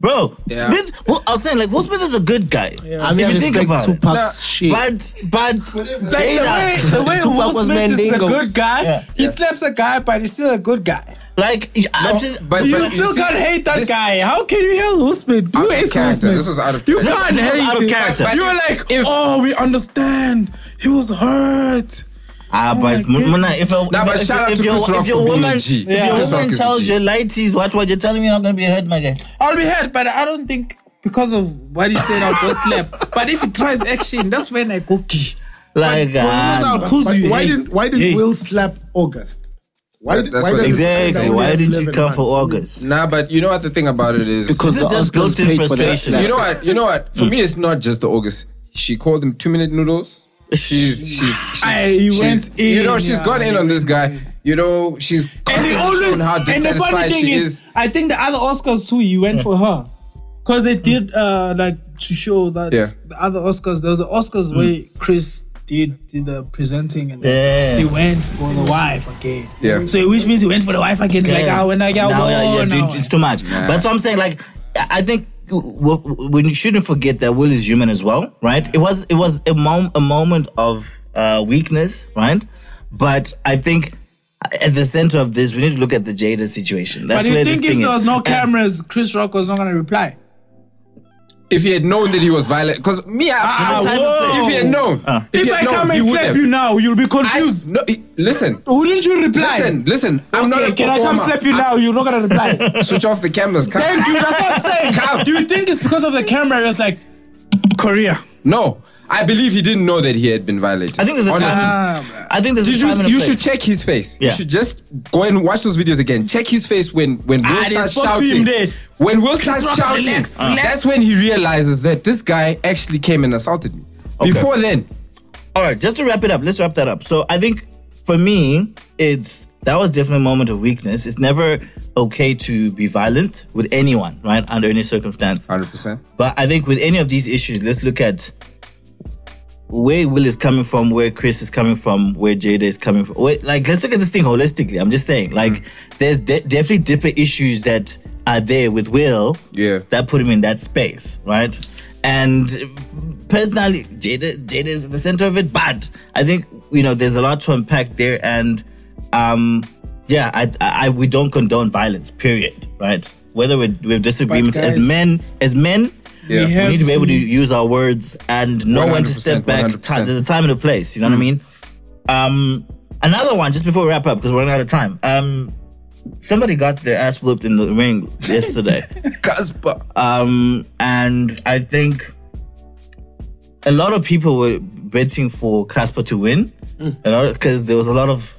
Speaker 2: Bro,
Speaker 4: Yeah.
Speaker 2: Smith. Well, I was saying like Will Smith is a good guy.
Speaker 5: I mean,
Speaker 2: if you think
Speaker 5: respect
Speaker 2: about it.
Speaker 5: Tupac's shit.
Speaker 2: But but
Speaker 3: Like the way,
Speaker 2: Jada,
Speaker 3: the way
Speaker 5: Tupac
Speaker 3: Will
Speaker 5: was
Speaker 3: Smith is a
Speaker 5: Mandingo.
Speaker 3: good guy.
Speaker 2: Yeah.
Speaker 3: He slaps a guy, but he's still a good guy.
Speaker 2: like I'm just,
Speaker 4: but-
Speaker 3: you
Speaker 4: you
Speaker 3: still
Speaker 4: see,
Speaker 3: can't hate that
Speaker 4: this-
Speaker 3: guy. How can you hate Will Smith?
Speaker 4: Out
Speaker 3: You
Speaker 4: of
Speaker 3: hate Will
Speaker 4: character.
Speaker 3: Smith.
Speaker 4: This was out of
Speaker 3: you
Speaker 4: character.
Speaker 3: can't
Speaker 2: This was
Speaker 3: hate
Speaker 2: out of
Speaker 3: him.
Speaker 2: character.
Speaker 3: You were like,
Speaker 4: If-
Speaker 3: oh, we understand. He was hurt.
Speaker 2: ah, but
Speaker 3: Oh my
Speaker 2: m- mana, if a,
Speaker 4: Nah, but
Speaker 2: if,
Speaker 4: shout out
Speaker 2: if,
Speaker 4: to
Speaker 2: your,
Speaker 4: Chris Rock
Speaker 2: if your
Speaker 4: for being
Speaker 2: woman
Speaker 4: a G.
Speaker 2: if your
Speaker 4: Chris Rock
Speaker 2: woman
Speaker 4: is a
Speaker 2: tells
Speaker 4: G.
Speaker 2: your lighties what what you're telling me you're not gonna be hurt, my guy.
Speaker 3: I'll be hurt, but I don't think because of what he said I'll go slap. But if he tries action, that's when I go key.
Speaker 2: Like
Speaker 3: Those
Speaker 2: ah,
Speaker 3: are
Speaker 6: But
Speaker 3: cool you
Speaker 6: why
Speaker 3: hate.
Speaker 6: didn't why did
Speaker 3: Hey.
Speaker 6: Will slap August? Why, did,
Speaker 4: That's
Speaker 6: why
Speaker 4: what
Speaker 6: does
Speaker 4: it is.
Speaker 2: exactly.
Speaker 6: only
Speaker 2: Why
Speaker 6: have
Speaker 2: didn't you
Speaker 6: 11
Speaker 2: come for
Speaker 6: months?
Speaker 2: August?
Speaker 4: Nah, but you know what the thing about it is.
Speaker 5: Because
Speaker 2: This is
Speaker 5: the
Speaker 2: just
Speaker 5: Oscars
Speaker 2: built-in
Speaker 5: paid for that
Speaker 2: frustration.
Speaker 5: slap.
Speaker 4: you know what? You know what?
Speaker 3: Hmm.
Speaker 4: For me, it's not just the August. She called him two minute noodles. She's she's, she's
Speaker 3: Aye, he
Speaker 4: she's-
Speaker 3: went
Speaker 4: You
Speaker 3: in,
Speaker 4: know she's
Speaker 3: yeah.
Speaker 4: gone in on this guy. You know she's
Speaker 3: And
Speaker 4: constantly
Speaker 3: he
Speaker 4: showing
Speaker 3: always
Speaker 4: how
Speaker 3: and the funny
Speaker 4: dissatisfied
Speaker 3: thing
Speaker 4: she
Speaker 3: is,
Speaker 4: is.
Speaker 3: I think the other Oscars too, you went for her. Cause they did uh like to show that
Speaker 4: Yeah. Mm.
Speaker 3: the other Oscars, there was an Oscars where Chris did, did the presenting and
Speaker 2: Yeah.
Speaker 3: he went for the wife again.
Speaker 4: Yeah.
Speaker 3: So which means he went for the wife again. It's Like
Speaker 2: Yeah.
Speaker 3: ah when I got
Speaker 2: Now,
Speaker 3: one,
Speaker 2: yeah, yeah, dude,
Speaker 3: now
Speaker 2: it's too much. But that's what I'm saying. Like, I I think w- w- we shouldn't forget that Will is human as well, right? It was it was a, mom- a moment of uh, weakness, right? But I think at the center of this, we need to look at the Jada situation. That's
Speaker 3: But you
Speaker 2: where
Speaker 3: think
Speaker 2: this
Speaker 3: if
Speaker 2: thing
Speaker 3: there
Speaker 2: is.
Speaker 3: was no cameras, Chris Rock was not gonna reply.
Speaker 4: If he had known that he was violent, because me, I,
Speaker 3: Ah,
Speaker 4: I-
Speaker 3: whoa.
Speaker 4: if he had known,
Speaker 2: Ah.
Speaker 3: If,
Speaker 4: he had
Speaker 3: I
Speaker 4: known,
Speaker 3: come
Speaker 4: he
Speaker 3: and
Speaker 4: would
Speaker 3: slap
Speaker 4: have.
Speaker 3: you now, you'll be
Speaker 4: I,
Speaker 3: confused.
Speaker 4: no, he- listen,
Speaker 3: Wouldn't you reply?
Speaker 4: listen, listen. I'm not
Speaker 3: Okay,
Speaker 4: a
Speaker 3: can I come
Speaker 4: performer.
Speaker 3: slap you now? You're not gonna reply.
Speaker 4: Switch off the cameras. Come.
Speaker 3: Thank you. That's what I'm saying.
Speaker 4: Come.
Speaker 3: Do you think it's because of the camera? It's like Korea.
Speaker 4: No, I believe he didn't know that he had been violated.
Speaker 2: I think there's a
Speaker 4: Honestly.
Speaker 2: time. I think there's
Speaker 4: Did
Speaker 2: a
Speaker 4: you,
Speaker 2: time and a
Speaker 4: you
Speaker 2: place.
Speaker 4: should check his face.
Speaker 2: Yeah.
Speaker 4: You should just go and watch those videos again. Check his face when when Will
Speaker 3: Ah, they
Speaker 4: starts
Speaker 3: spoke to
Speaker 4: shouting.
Speaker 3: him there.
Speaker 4: When Will
Speaker 3: Chris
Speaker 4: starts
Speaker 3: Rock,
Speaker 4: shouting,
Speaker 3: relax, relax.
Speaker 4: that's when he realizes that this guy actually came and assaulted me. Before then,
Speaker 2: All right, just to wrap it up, let's wrap that up. So I think for me, it's that was definitely a moment of weakness. It's never okay to be violent with anyone, right? Under any circumstance.
Speaker 4: 100%.
Speaker 2: But I think with any of these issues, let's look at where Will is coming from, where Chris is coming from, where Jada is coming from. Where, like, let's look at this thing holistically. I'm just saying, like, there's de- definitely deeper issues that are there with Will.
Speaker 4: Yeah.
Speaker 2: That put him in that space, right? And personally, Jada, Jada is at the center of it. But I think you know there's a lot to unpack there, and um, yeah, I, I, I we don't condone violence. Period. Right? Whether we we have disagreements as
Speaker 3: guys-
Speaker 2: men, as men,
Speaker 4: Yeah.
Speaker 3: We
Speaker 4: We
Speaker 2: we
Speaker 3: have
Speaker 2: need to be able to
Speaker 3: to-
Speaker 2: use our words and know when to step
Speaker 4: 100%,
Speaker 2: back.
Speaker 4: 100%.
Speaker 2: There's a time and a place. You know what I mean? Um, another one just before we wrap up because we're running out of time. Um, somebody got their ass whooped in the ring yesterday,
Speaker 4: Casper.
Speaker 2: um, and I think a lot of people were betting for Casper to win,
Speaker 4: Mm.
Speaker 2: a lot because there was a lot of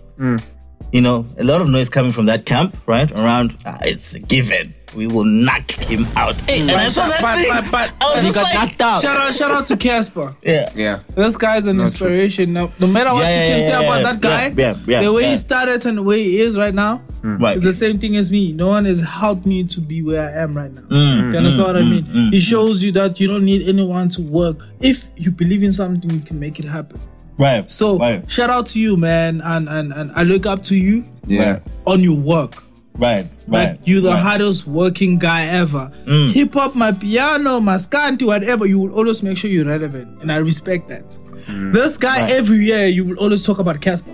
Speaker 2: you know, a lot of noise coming from that camp, right? Around, ah, it's a given. We will knock him out. Hey, and I saw that
Speaker 3: but-
Speaker 2: thing.
Speaker 3: but- but-
Speaker 2: I was
Speaker 3: and
Speaker 2: just
Speaker 5: got
Speaker 2: like,
Speaker 5: knocked out.
Speaker 3: Shout out, shout out to Casper.
Speaker 2: Yeah.
Speaker 4: Yeah.
Speaker 3: This guy's an
Speaker 4: true.
Speaker 3: inspiration. No, no matter what
Speaker 2: Yeah, yeah,
Speaker 3: you can
Speaker 2: yeah,
Speaker 3: say
Speaker 2: yeah,
Speaker 3: about
Speaker 2: yeah,
Speaker 3: that guy,
Speaker 2: yeah, yeah,
Speaker 3: the way
Speaker 2: yeah. Mm.
Speaker 3: he started and the way he is right now,
Speaker 2: Right.
Speaker 3: it's the same thing as me. No one has helped me to be where I am right now.
Speaker 2: Mm,
Speaker 3: you understand what I mean? It shows you that you don't need anyone to work. If you believe in something, you can make it happen.
Speaker 2: Right.
Speaker 3: So
Speaker 2: right.
Speaker 3: shout out to you, man, and and and I look up to you
Speaker 4: Yeah.
Speaker 3: on your work.
Speaker 2: Right. Right.
Speaker 3: Like you're the
Speaker 2: right. Mm.
Speaker 3: hardest working guy ever. Hip hop, my piano, my scanty, whatever. You will always make sure you're relevant, and I respect that.
Speaker 2: Mm.
Speaker 3: This guy every year, you will always talk about Casper.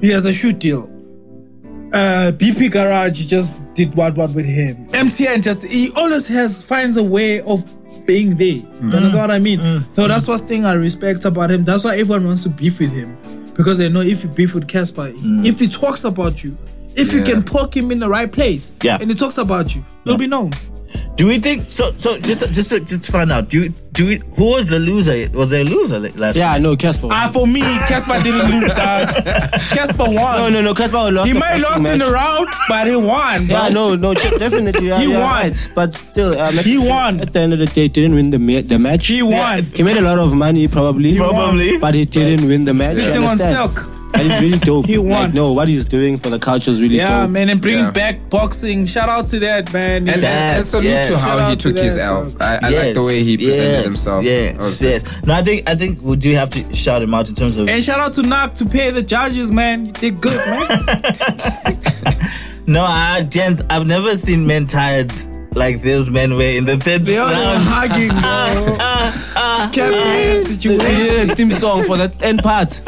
Speaker 3: He has a shoot deal. Uh, BP Garage just did what what with him. MTN just he always has finds a way of being there. You understand what I mean? So that's what's thing I respect about him. That's why everyone wants to beef with him because they know if you beef with Casper, if he talks about you, if you
Speaker 4: Yeah.
Speaker 3: can poke him in the right place,
Speaker 2: Yeah.
Speaker 3: and he talks about you, you'll be known.
Speaker 2: Do we think so? So just just to, just to find out. Do you do we, who was the loser? Was there a loser li- last?
Speaker 5: Yeah, I know Casper.
Speaker 3: Ah, for me, Casper didn't lose that. Casper won.
Speaker 5: No, no, no. Casper lost.
Speaker 3: He
Speaker 5: the
Speaker 3: might
Speaker 5: first
Speaker 3: lost in
Speaker 5: match.
Speaker 3: the round, but he won.
Speaker 5: Yeah,
Speaker 3: bro.
Speaker 5: no, no, ch- definitely. Yeah,
Speaker 3: He
Speaker 5: yeah,
Speaker 3: won.
Speaker 5: right. But still, um, like
Speaker 3: He
Speaker 5: you said,
Speaker 3: won.
Speaker 5: At the end of the day, he didn't win the ma- the match.
Speaker 3: He won.
Speaker 5: He made a lot of money, probably.
Speaker 3: won.
Speaker 2: Probably.
Speaker 5: But he didn't win the match. you
Speaker 3: Sitting on
Speaker 5: understand?
Speaker 3: silk.
Speaker 5: And it's really dope.
Speaker 3: He won.
Speaker 5: Like, no, what he's doing for the culture is really
Speaker 3: Yeah,
Speaker 5: dope.
Speaker 3: man, and bringing
Speaker 4: Yeah.
Speaker 3: back boxing. Shout out to that, man.
Speaker 4: And,
Speaker 2: That-
Speaker 4: and salute
Speaker 2: yes.
Speaker 4: to
Speaker 3: Shout
Speaker 4: how he
Speaker 3: out to
Speaker 4: took his
Speaker 3: that,
Speaker 4: L.
Speaker 3: dog.
Speaker 4: I, I like the way he presented himself.
Speaker 2: Yes,
Speaker 4: That was good.
Speaker 2: yes. No, I think I think we do have to shout him out in terms of.
Speaker 3: And shout out to Knock to pay the judges, man. You did good, man.
Speaker 2: no, I, gents, I've never seen men tired like those men were in the third
Speaker 3: They all were
Speaker 2: round.
Speaker 3: hugging, bro. Kept the
Speaker 5: He
Speaker 3: situation.
Speaker 5: did a theme song for that end part.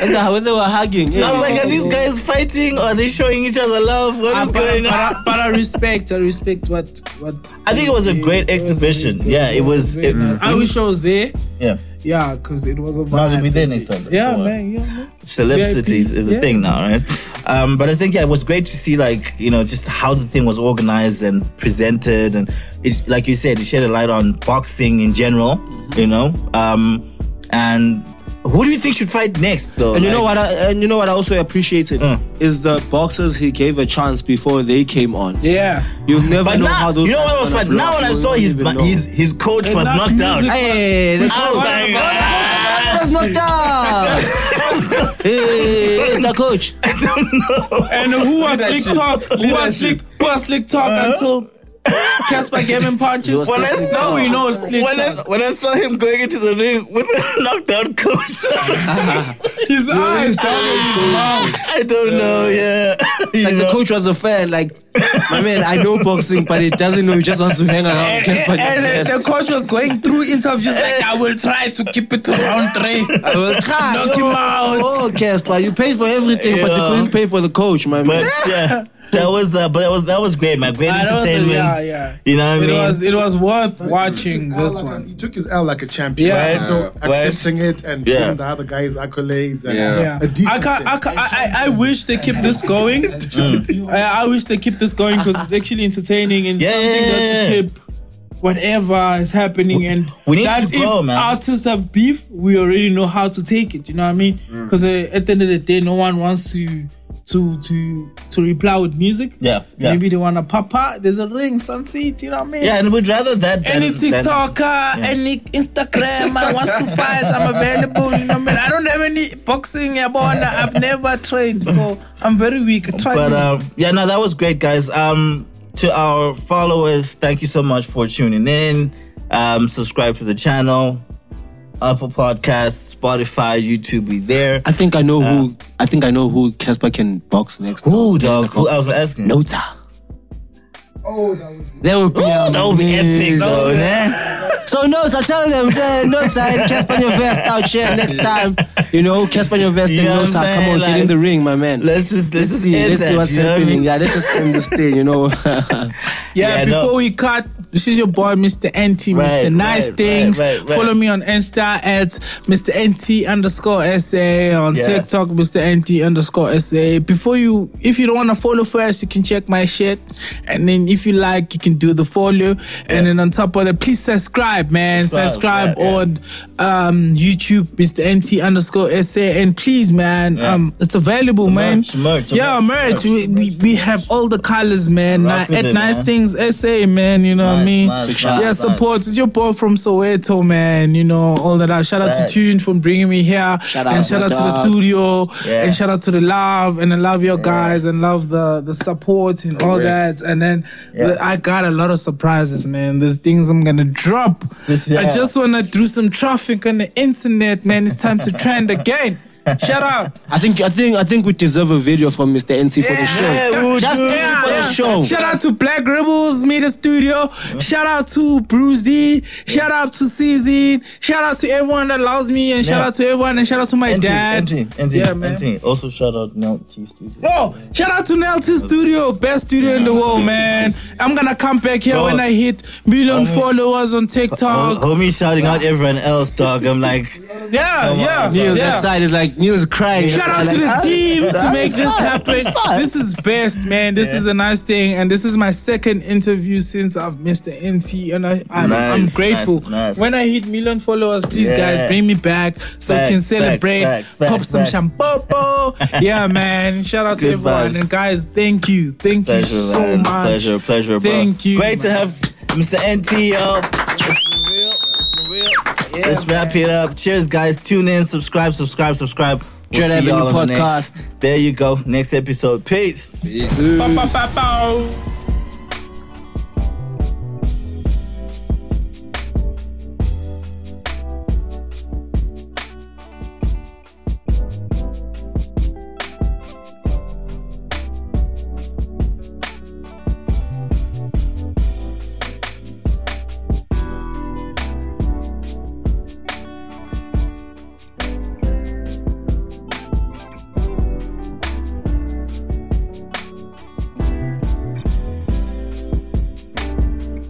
Speaker 5: And the, when they were hugging. Yeah.
Speaker 2: I was like, are these guys fighting? Or are they showing each other love? What
Speaker 3: Ah,
Speaker 2: is
Speaker 3: But, I-
Speaker 2: going
Speaker 3: but,
Speaker 2: on?
Speaker 3: I, but I respect, I respect what what.
Speaker 2: I think it was a great exhibition. Yeah, it was.
Speaker 3: Very
Speaker 2: It,
Speaker 3: nice. I wish I was there.
Speaker 2: yeah.
Speaker 3: Yeah, because it was a
Speaker 2: Now they'll
Speaker 3: vibe.
Speaker 2: be there next time.
Speaker 3: Yeah,
Speaker 2: Don't worry.
Speaker 3: man. Yeah, man.
Speaker 2: Celebrity is, is a
Speaker 3: Yeah.
Speaker 2: thing now, right? Um, but I think yeah, it was great to see like you know just how the thing was organized and presented, and it, like you said, it shed a light on boxing in general, you know. Um, and who do you think should fight next, though?
Speaker 5: And you know
Speaker 2: Like,
Speaker 5: what? I, and you know what? I also appreciated
Speaker 2: Mm.
Speaker 5: is the boxers he gave a chance before they came on.
Speaker 3: Yeah.
Speaker 5: You'll never
Speaker 2: But
Speaker 5: know
Speaker 2: now,
Speaker 5: how those.
Speaker 2: you know what
Speaker 5: guys
Speaker 2: was
Speaker 5: gonna
Speaker 2: funny? Now
Speaker 5: block.
Speaker 2: when I
Speaker 5: You
Speaker 2: saw
Speaker 5: don't
Speaker 2: his
Speaker 5: even know.
Speaker 2: his, his coach
Speaker 3: And
Speaker 2: was
Speaker 3: that
Speaker 2: knocked out.
Speaker 3: music-
Speaker 5: Hey, that's
Speaker 2: I was like, "Ah."
Speaker 5: That's knocked down. hey, it's the coach.
Speaker 3: And who was slick
Speaker 4: shit.
Speaker 3: talk? Who was slick? Who was slick talk
Speaker 2: Uh-huh.
Speaker 3: until Casper gave him punches?
Speaker 2: When I
Speaker 3: Now
Speaker 2: saw,
Speaker 3: we know it's slick
Speaker 2: when
Speaker 3: talk.
Speaker 2: I, when I saw him going into the ring with a knocked out coach,
Speaker 3: His eyes.
Speaker 2: I don't know. Yeah,
Speaker 5: It's
Speaker 2: You
Speaker 5: like the
Speaker 2: know?
Speaker 5: coach was a fan. Like, my man, I know boxing, but he doesn't know. He just wants to hang around.
Speaker 3: And, and, and the coach was going through interviews like, I will try to keep it to round three.
Speaker 5: I will try.
Speaker 3: Knock him out.
Speaker 5: Oh, Casper, you paid for everything, but you
Speaker 2: Yeah.
Speaker 5: couldn't pay for the coach, my
Speaker 2: But
Speaker 5: man.
Speaker 2: yeah, that was uh, but that was that was great, man. Great
Speaker 3: Ah, that was a-
Speaker 2: entertainment.
Speaker 3: yeah, yeah.
Speaker 2: You know what I
Speaker 3: It
Speaker 2: mean?
Speaker 3: was it was worth watching
Speaker 6: He took his L
Speaker 3: this
Speaker 6: like a-
Speaker 3: one.
Speaker 6: he took his L like a champion.
Speaker 3: Yeah.
Speaker 6: Yeah. So
Speaker 2: Yeah. Well,
Speaker 6: accepting it and
Speaker 2: yeah.
Speaker 6: giving the other guys accolades and
Speaker 4: Yeah.
Speaker 3: Yeah.
Speaker 6: a decent
Speaker 3: I can I, can I, I, I wish they keep this going.
Speaker 6: Mm.
Speaker 3: I, I wish they keep this going because it's actually entertaining and
Speaker 2: Yeah,
Speaker 3: something
Speaker 2: yeah,
Speaker 3: that
Speaker 2: yeah.
Speaker 3: you keep whatever is happening and
Speaker 2: we need
Speaker 3: that
Speaker 2: to grow,
Speaker 3: if
Speaker 2: man.
Speaker 3: artists have
Speaker 2: Mm.
Speaker 3: uh, beef, we already know how to take it. You know what I mean? Because at the end of the day, no one wants to to to to reply with music.
Speaker 2: Yeah, yeah.
Speaker 3: Maybe they wanna pop out. There's a ring, sunset. You know what I mean?
Speaker 2: Yeah, and we'd rather that than,
Speaker 3: Any
Speaker 2: than-
Speaker 3: TikToker, any Instagrammer wants to fight, I'm available. You know what I mean? I don't have any boxing, yabona. I've never trained, so I'm very weak. Try
Speaker 2: but
Speaker 3: me.
Speaker 2: um, yeah, no, that was great, guys. Um, to our followers, thank you so much for tuning in. Um, subscribe to the channel, Apple Podcasts, Spotify, YouTube. We there.
Speaker 5: I think I know who.
Speaker 2: Uh.
Speaker 5: I think I know who Casper can box next.
Speaker 2: Who dog? Who I was asking?
Speaker 5: Nota.
Speaker 6: Oh, that would be.
Speaker 5: That would be.
Speaker 2: that would be epic,
Speaker 5: amazing.
Speaker 2: though. man.
Speaker 5: So Nota, tell them, say, Nota, and Casper your vest out here next time. You know, Casper your vest
Speaker 2: You know what I'm
Speaker 5: and Nota. Come
Speaker 2: saying?
Speaker 5: on,
Speaker 2: Like,
Speaker 5: get in the ring, my man.
Speaker 2: Let's just let's, just
Speaker 5: see.
Speaker 2: end
Speaker 5: Let's
Speaker 2: that,
Speaker 5: see what's
Speaker 2: you know what I
Speaker 5: happening.
Speaker 2: mean?
Speaker 5: Yeah, let's just end this thing. You know.
Speaker 3: Yeah,
Speaker 2: Yeah, no.
Speaker 3: before we cut, this is your boy, Mr. NT,
Speaker 2: Right,
Speaker 3: Mr. Nice
Speaker 2: right,
Speaker 3: Things.
Speaker 2: right, right, right.
Speaker 3: Follow me on Insta at Mr. NT underscore SA, on
Speaker 2: Yeah.
Speaker 3: TikTok, Mr. NT underscore SA. Before you, if you don't want to follow first, you can check my shit. And then if you like, you can do the follow. And then on top of that, please subscribe, man.
Speaker 2: Subscribe,
Speaker 3: Subscribe,
Speaker 2: yeah, yeah.
Speaker 3: on um, YouTube, Mr. NT underscore SA. And please, man, um, it's available, man.
Speaker 2: merch, merch,
Speaker 3: yeah,
Speaker 2: merch,
Speaker 3: merch. We, we, we have all the colors, man.
Speaker 2: Rock
Speaker 3: Nah,
Speaker 2: with
Speaker 3: at
Speaker 2: it,
Speaker 3: Nice
Speaker 2: man.
Speaker 3: Things SA, man. You know what I
Speaker 2: Nice,
Speaker 3: mean?
Speaker 2: nice,
Speaker 3: yeah,
Speaker 2: nice,
Speaker 3: support. It's your boy from Soweto, man. You know, all of that. Shout out
Speaker 2: Facts.
Speaker 3: to Tune for bringing me here.
Speaker 5: Shout
Speaker 3: and
Speaker 5: out,
Speaker 3: shout
Speaker 5: my
Speaker 3: out to the
Speaker 5: dog.
Speaker 3: studio.
Speaker 2: Yeah.
Speaker 3: And shout out to the love. And I love your guys and love the, the support and all that. And then the- I got a lot of surprises, man. There's things I'm going to drop.
Speaker 2: This-
Speaker 3: I
Speaker 2: yeah.
Speaker 3: just want to do some traffic on the internet, man. It's time to trend again. Shout out.
Speaker 5: I think I think I think we deserve a video from Mr. NT for the show.
Speaker 2: Yeah, we'll
Speaker 5: Just
Speaker 2: do
Speaker 5: thank you for the show.
Speaker 3: Shout out to Black Rebels Media Studio. Shout out to Bruce D. Shout out to Season. Shout out to everyone that loves me, and shout
Speaker 2: Yeah.
Speaker 3: out to everyone, and shout out to my dad.
Speaker 2: Anthony, Anthony,
Speaker 3: yeah, man.
Speaker 2: Anthony. Also shout out Nell T Studio.
Speaker 3: Oh, shout out to Nelton Studio, best studio in the world, man. I'm gonna come back here
Speaker 2: Bro.
Speaker 3: when I hit million
Speaker 5: Oh.
Speaker 3: followers on TikTok.
Speaker 2: Hom- homie shouting out everyone else, dog. I'm like,
Speaker 3: yeah, yeah,
Speaker 5: Neil,
Speaker 3: yeah.
Speaker 5: that side is like Neil is crying.
Speaker 3: Shout out to the team to make this happen. This is best, man. This is a nice thing, and this is my second interview since I've missed the NT, and I, I I'm
Speaker 2: Nice,
Speaker 3: grateful.
Speaker 2: nice, nice.
Speaker 3: When I hit million followers, please
Speaker 2: Yeah.
Speaker 3: guys bring me back so we can
Speaker 2: Facts,
Speaker 3: celebrate,
Speaker 2: facts, facts,
Speaker 3: pop some
Speaker 2: facts.
Speaker 3: champagne. yeah, man. Shout out to
Speaker 2: Good
Speaker 3: everyone,
Speaker 2: vibes.
Speaker 3: and guys, thank you, thank
Speaker 2: pleasure,
Speaker 3: you so
Speaker 2: man.
Speaker 3: much.
Speaker 2: Pleasure, pleasure, bro.
Speaker 3: Thank you,
Speaker 2: Great to
Speaker 3: man.
Speaker 2: have Mr. NT, yo. Let's wrap it up. Cheers, guys. Tune in, subscribe, subscribe, subscribe.
Speaker 5: Dread
Speaker 2: see
Speaker 5: Avenue
Speaker 2: y'all on the
Speaker 5: Podcast.
Speaker 2: next- There you go. Next episode. Peace.
Speaker 3: Ba, ba, ba, ba.